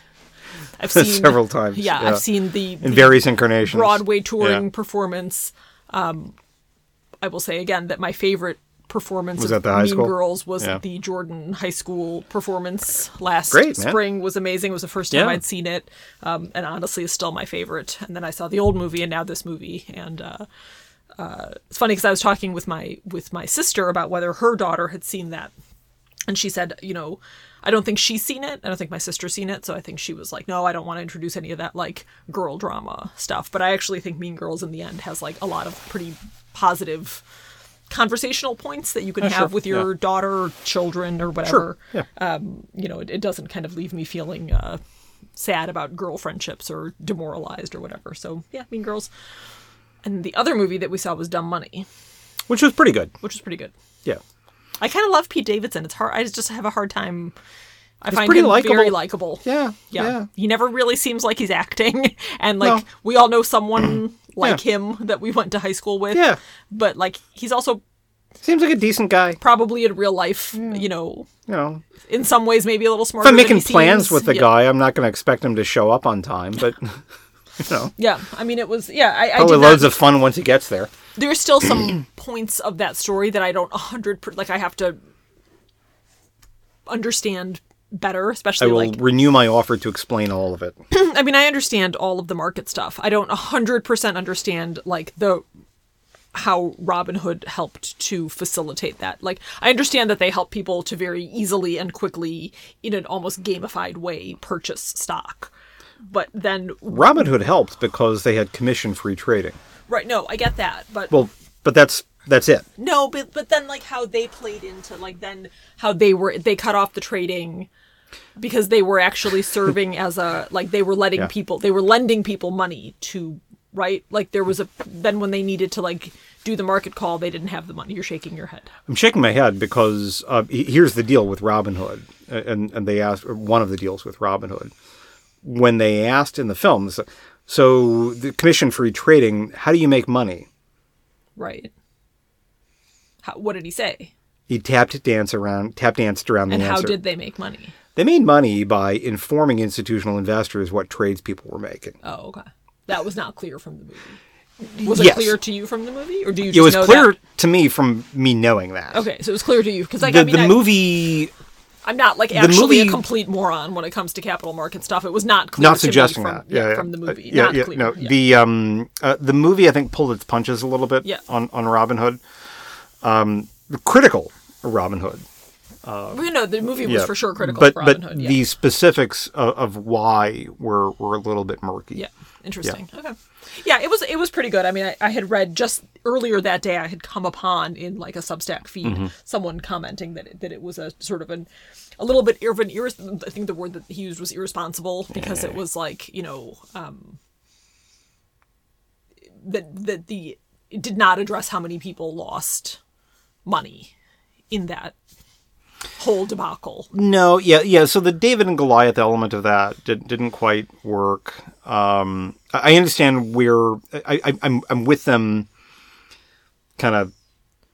Speaker 2: I've seen
Speaker 1: Several times,
Speaker 2: Yeah,
Speaker 1: yeah.
Speaker 2: I've seen the,
Speaker 1: In
Speaker 2: the
Speaker 1: various incarnations.
Speaker 2: Broadway touring
Speaker 1: Yeah.
Speaker 2: performance. Um, I will say again that my favorite performance
Speaker 1: Was
Speaker 2: of
Speaker 1: at the high
Speaker 2: Mean
Speaker 1: school?
Speaker 2: Girls was
Speaker 1: Yeah.
Speaker 2: the Jordan High School performance last
Speaker 1: Great, man.
Speaker 2: spring. Was amazing. It was the first time
Speaker 1: Yeah.
Speaker 2: I'd seen it, um, and honestly, is still my favorite. And then I saw the old movie, and now this movie, and. Uh, uh, it's funny because I was talking with my with my sister about whether her daughter had seen that and she said, you know, I don't think she's seen it. I don't think my sister's seen it. So I think she was like, no, I don't want to introduce any of that like girl drama stuff. But I actually think Mean Girls in the end has like a lot of pretty positive conversational points that you can have with your daughter or children or whatever.
Speaker 1: Yeah.
Speaker 2: Um, you know, it, it doesn't kind of leave me feeling uh, sad about girl friendships or demoralized or whatever. So yeah, Mean Girls. And the other movie that we saw was Dumb Money,
Speaker 1: Which was pretty good.
Speaker 2: which was pretty good.
Speaker 1: Yeah.
Speaker 2: I kind of love Pete Davidson. It's hard. I just have a hard time. I find
Speaker 1: pretty
Speaker 2: him very
Speaker 1: likable.
Speaker 2: likable.
Speaker 1: Yeah.
Speaker 2: yeah.
Speaker 1: Yeah.
Speaker 2: He never really seems like he's acting, and like
Speaker 1: No.
Speaker 2: we all know someone like
Speaker 1: Yeah.
Speaker 2: him that we went to high school with.
Speaker 1: Yeah.
Speaker 2: But like he's also
Speaker 1: Seems like a decent guy.
Speaker 2: probably in real life, you know,
Speaker 1: You know,
Speaker 2: in some ways maybe a little
Speaker 1: if
Speaker 2: smarter.
Speaker 1: I'm
Speaker 2: than
Speaker 1: making
Speaker 2: he
Speaker 1: plans
Speaker 2: seems.
Speaker 1: with the
Speaker 2: yeah.
Speaker 1: guy, I'm not going to expect him to show up on time, but, you know,
Speaker 2: Yeah, I mean it was. Yeah, I, I
Speaker 1: probably
Speaker 2: did
Speaker 1: loads
Speaker 2: not,
Speaker 1: of fun once he gets there.
Speaker 2: there's still some points of that story that I don't 100 per, like I have to understand better,
Speaker 1: I
Speaker 2: especially
Speaker 1: will
Speaker 2: like
Speaker 1: renew my offer to explain all of it.
Speaker 2: I mean, I understand all of the market stuff. I don't 100% understand like the how Robin Hood helped to facilitate that. Like I understand that they help people to very easily and quickly in an almost gamified way purchase stock. But then
Speaker 1: Robin Hood helped because they had commission free trading.
Speaker 2: right no, I get that, but
Speaker 1: Well, but that's that's it.
Speaker 2: no, but but then like how they played into like then how they were they cut off the trading because they were actually serving as a like they were letting
Speaker 1: Yeah.
Speaker 2: people they were lending people money to right like there was a then when they needed to like do the market call they didn't have the money you're shaking your head
Speaker 1: I'm shaking my head because uh, he- here's the deal with Robin Hood, uh, and and they asked or one of the deals with Robin Hood when they asked in the films. So the commission free trading. How do you make money?
Speaker 2: right how, what did he say
Speaker 1: He tapped dance around, tap danced around the
Speaker 2: and how
Speaker 1: answer.
Speaker 2: did they make money
Speaker 1: they made money by informing institutional investors what trades people were making.
Speaker 2: oh okay that was not clear from the movie was it
Speaker 1: Yes.
Speaker 2: clear to you from the movie or do you just
Speaker 1: It was
Speaker 2: know
Speaker 1: clear
Speaker 2: that?
Speaker 1: to me from me knowing that.
Speaker 2: okay so it was clear to you because like,
Speaker 1: The,
Speaker 2: I mean,
Speaker 1: the
Speaker 2: I-
Speaker 1: movie
Speaker 2: I'm not like actually a
Speaker 1: movie-
Speaker 2: complete moron when it comes to capital market stuff. It was not clear
Speaker 1: not
Speaker 2: to
Speaker 1: suggesting
Speaker 2: me from,
Speaker 1: that. Yeah, yeah,
Speaker 2: from the
Speaker 1: Uh,
Speaker 2: movie.
Speaker 1: Yeah,
Speaker 2: not
Speaker 1: yeah,
Speaker 2: clear.
Speaker 1: no.
Speaker 2: yeah.
Speaker 1: The um, uh, the movie I think pulled its punches a little bit
Speaker 2: Yeah.
Speaker 1: on on Robin Hood. Um, critical Robin Hood.
Speaker 2: you know, the movie was for sure critical
Speaker 1: But
Speaker 2: of Robin
Speaker 1: but
Speaker 2: Hood. Yeah.
Speaker 1: the specifics of, of why were were a little bit murky.
Speaker 2: yeah. Interesting. Okay. Yeah, it was it was pretty good. I mean, I, I had read just earlier that day I had come upon in like a Substack feed someone commenting that it, that it was a sort of an a little bit of an irres- I think the word that he used was irresponsible because it was like, you know, um that that the it did not address how many people lost money in that whole debacle.
Speaker 1: No, yeah, yeah. So the David and Goliath element of that did, didn't quite work. Um, I I understand where I, I, I'm. I'm with them, kind of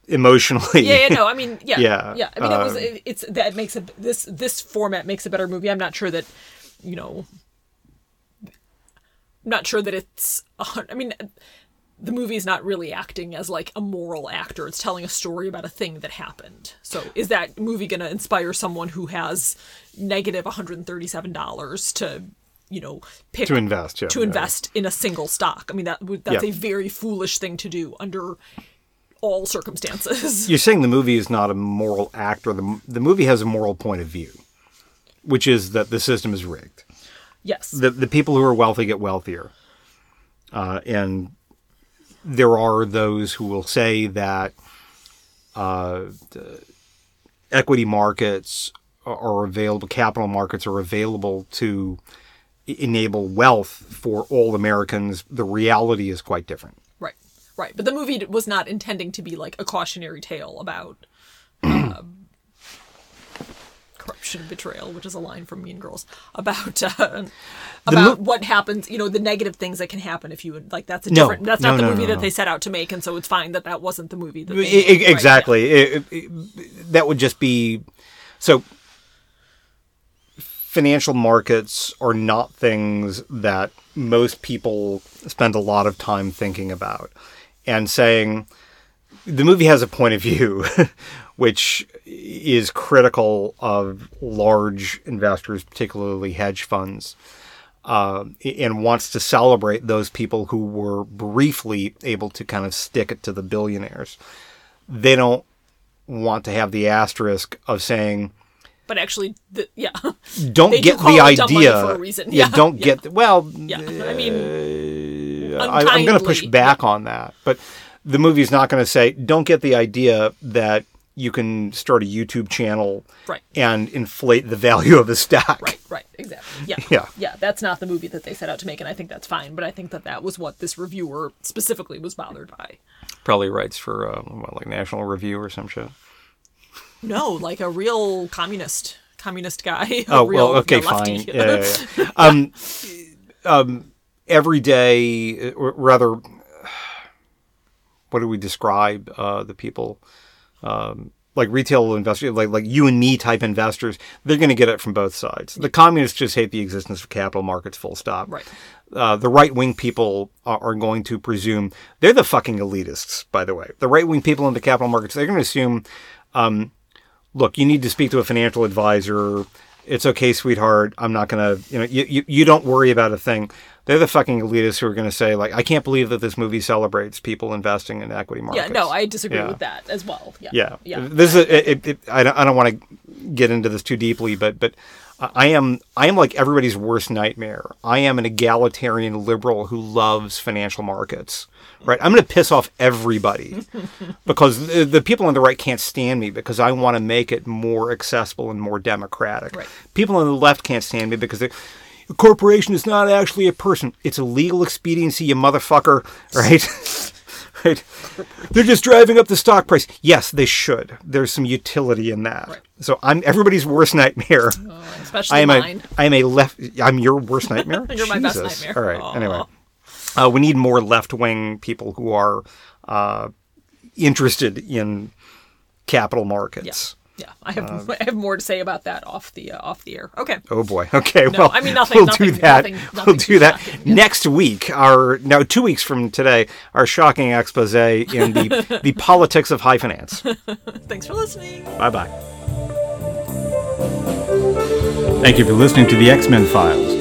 Speaker 1: emotionally.
Speaker 2: Yeah, yeah, no, I mean, yeah,
Speaker 1: Yeah, um,
Speaker 2: yeah. I mean, it was. It, it's that makes a this this format makes a better movie. I'm not sure that, you know, I'm not sure that it's. a hun- I mean, the movie is not really acting as like a moral actor. It's telling a story about a thing that happened. So, is that movie going to inspire someone who has negative 137 dollars to, you know, pick
Speaker 1: to invest. Yeah,
Speaker 2: to
Speaker 1: yeah.
Speaker 2: invest in a single stock. I mean that would that's
Speaker 1: Yeah.
Speaker 2: a very foolish thing to do under all circumstances.
Speaker 1: You're saying the movie is not a moral actor. The the movie has a moral point of view, which is that the system is rigged.
Speaker 2: yes.
Speaker 1: the the people who are wealthy get wealthier, uh, and there are those who will say that uh, the equity markets are- are available, capital markets are available to e- enable wealth for all Americans. The reality is quite different.
Speaker 2: right. Right. But the movie d- was not intending to be like a cautionary tale about um, corruption and betrayal, which is a line from Mean Girls about uh, about what happens, you know, the negative things that can happen if you like that's a
Speaker 1: No.
Speaker 2: different that's not
Speaker 1: No,
Speaker 2: the
Speaker 1: no,
Speaker 2: movie
Speaker 1: no,
Speaker 2: that
Speaker 1: no.
Speaker 2: they set out to make and so it's fine that that wasn't the movie that they
Speaker 1: E-
Speaker 2: made.
Speaker 1: e-
Speaker 2: Right, yeah.
Speaker 1: exactly. It- it- it- that would just be so. Financial markets are not things that most people spend a lot of time thinking about, and saying the movie has a point of view, which is critical of large investors, particularly hedge funds, uh, and wants to celebrate those people who were briefly able to kind of stick it to the billionaires they don't want to have the asterisk of saying
Speaker 2: But actually the, yeah.
Speaker 1: don't
Speaker 2: They do
Speaker 1: get
Speaker 2: call
Speaker 1: the
Speaker 2: it dumb money
Speaker 1: idea
Speaker 2: for a reason.
Speaker 1: Yeah,
Speaker 2: Yeah,
Speaker 1: don't
Speaker 2: yeah.
Speaker 1: get well.
Speaker 2: Yeah. I mean
Speaker 1: Uh, I, I'm going to push
Speaker 2: unkindly.
Speaker 1: back on that, but the movie's not going to say don't get the idea that you can start a YouTube channel
Speaker 2: Right.
Speaker 1: and inflate the value of the stock.
Speaker 2: Right, right, exactly. Yeah.
Speaker 1: Yeah.
Speaker 2: Yeah, that's not the movie that they set out to make, and I think that's fine, but I think that that was what this reviewer specifically was bothered by.
Speaker 1: Probably writes for uh, what, like National Review or some shit.
Speaker 2: No, like a real communist, communist guy. a
Speaker 1: Oh
Speaker 2: real,
Speaker 1: well, okay,
Speaker 2: yeah, lefty.
Speaker 1: fine. Yeah, yeah, yeah. um, um, every day, or rather, what do we describe uh, the people? Um, like retail investors, like like you and me type investors, they're going to get it from both sides. The communists just hate the existence of capital markets, full stop.
Speaker 2: Right.
Speaker 1: Uh, the right wing people are, are going to presume they're the fucking elitists. By the way, the right wing people in the capital markets, they're going to assume look, you need to speak to a financial advisor. It's okay, sweetheart. I'm not gonna, you know, you, you, you don't worry about a thing. They're the fucking elitists who are gonna say like, I can't believe that this movie celebrates people investing in equity markets.
Speaker 2: Yeah, no, I disagree
Speaker 1: Yeah.
Speaker 2: with that as well. Yeah.
Speaker 1: Yeah,
Speaker 2: Yeah.
Speaker 1: This is it, it, it, I don't, I don't want to get into this too deeply, but but I am I am like everybody's worst nightmare. I am an egalitarian liberal who loves financial markets. Right, I'm going to piss off everybody because the, the people on the right can't stand me because I want to make it more accessible and more democratic.
Speaker 2: Right.
Speaker 1: People on the left can't stand me because they. A corporation is not actually a person. It's a legal expediency, you motherfucker. Right? right? They're just driving up the stock price. Yes, they should. There's some utility in that.
Speaker 2: Right.
Speaker 1: So I'm everybody's worst nightmare.
Speaker 2: Oh, especially
Speaker 1: I am
Speaker 2: mine.
Speaker 1: a I am a left. I'm your worst nightmare.
Speaker 2: You're my best
Speaker 1: Jesus.
Speaker 2: nightmare.
Speaker 1: All right.
Speaker 2: Aw.
Speaker 1: Anyway, uh, we need more left wing people who are uh, interested in capital markets.
Speaker 2: Yeah. Yeah. I have I have more to say about that off the uh, off the air. Okay.
Speaker 1: Um, Oh boy. Okay. well,
Speaker 2: I mean, nothing-
Speaker 1: we'll do
Speaker 2: nothing-
Speaker 1: that.
Speaker 2: nothing-
Speaker 1: we'll
Speaker 2: nothing
Speaker 1: do that
Speaker 2: shocking,
Speaker 1: next week. Our no, two weeks from today, our shocking expose in the the politics of high finance.
Speaker 2: Thanks for listening.
Speaker 1: Bye bye. Thank you for listening to the X Men Files.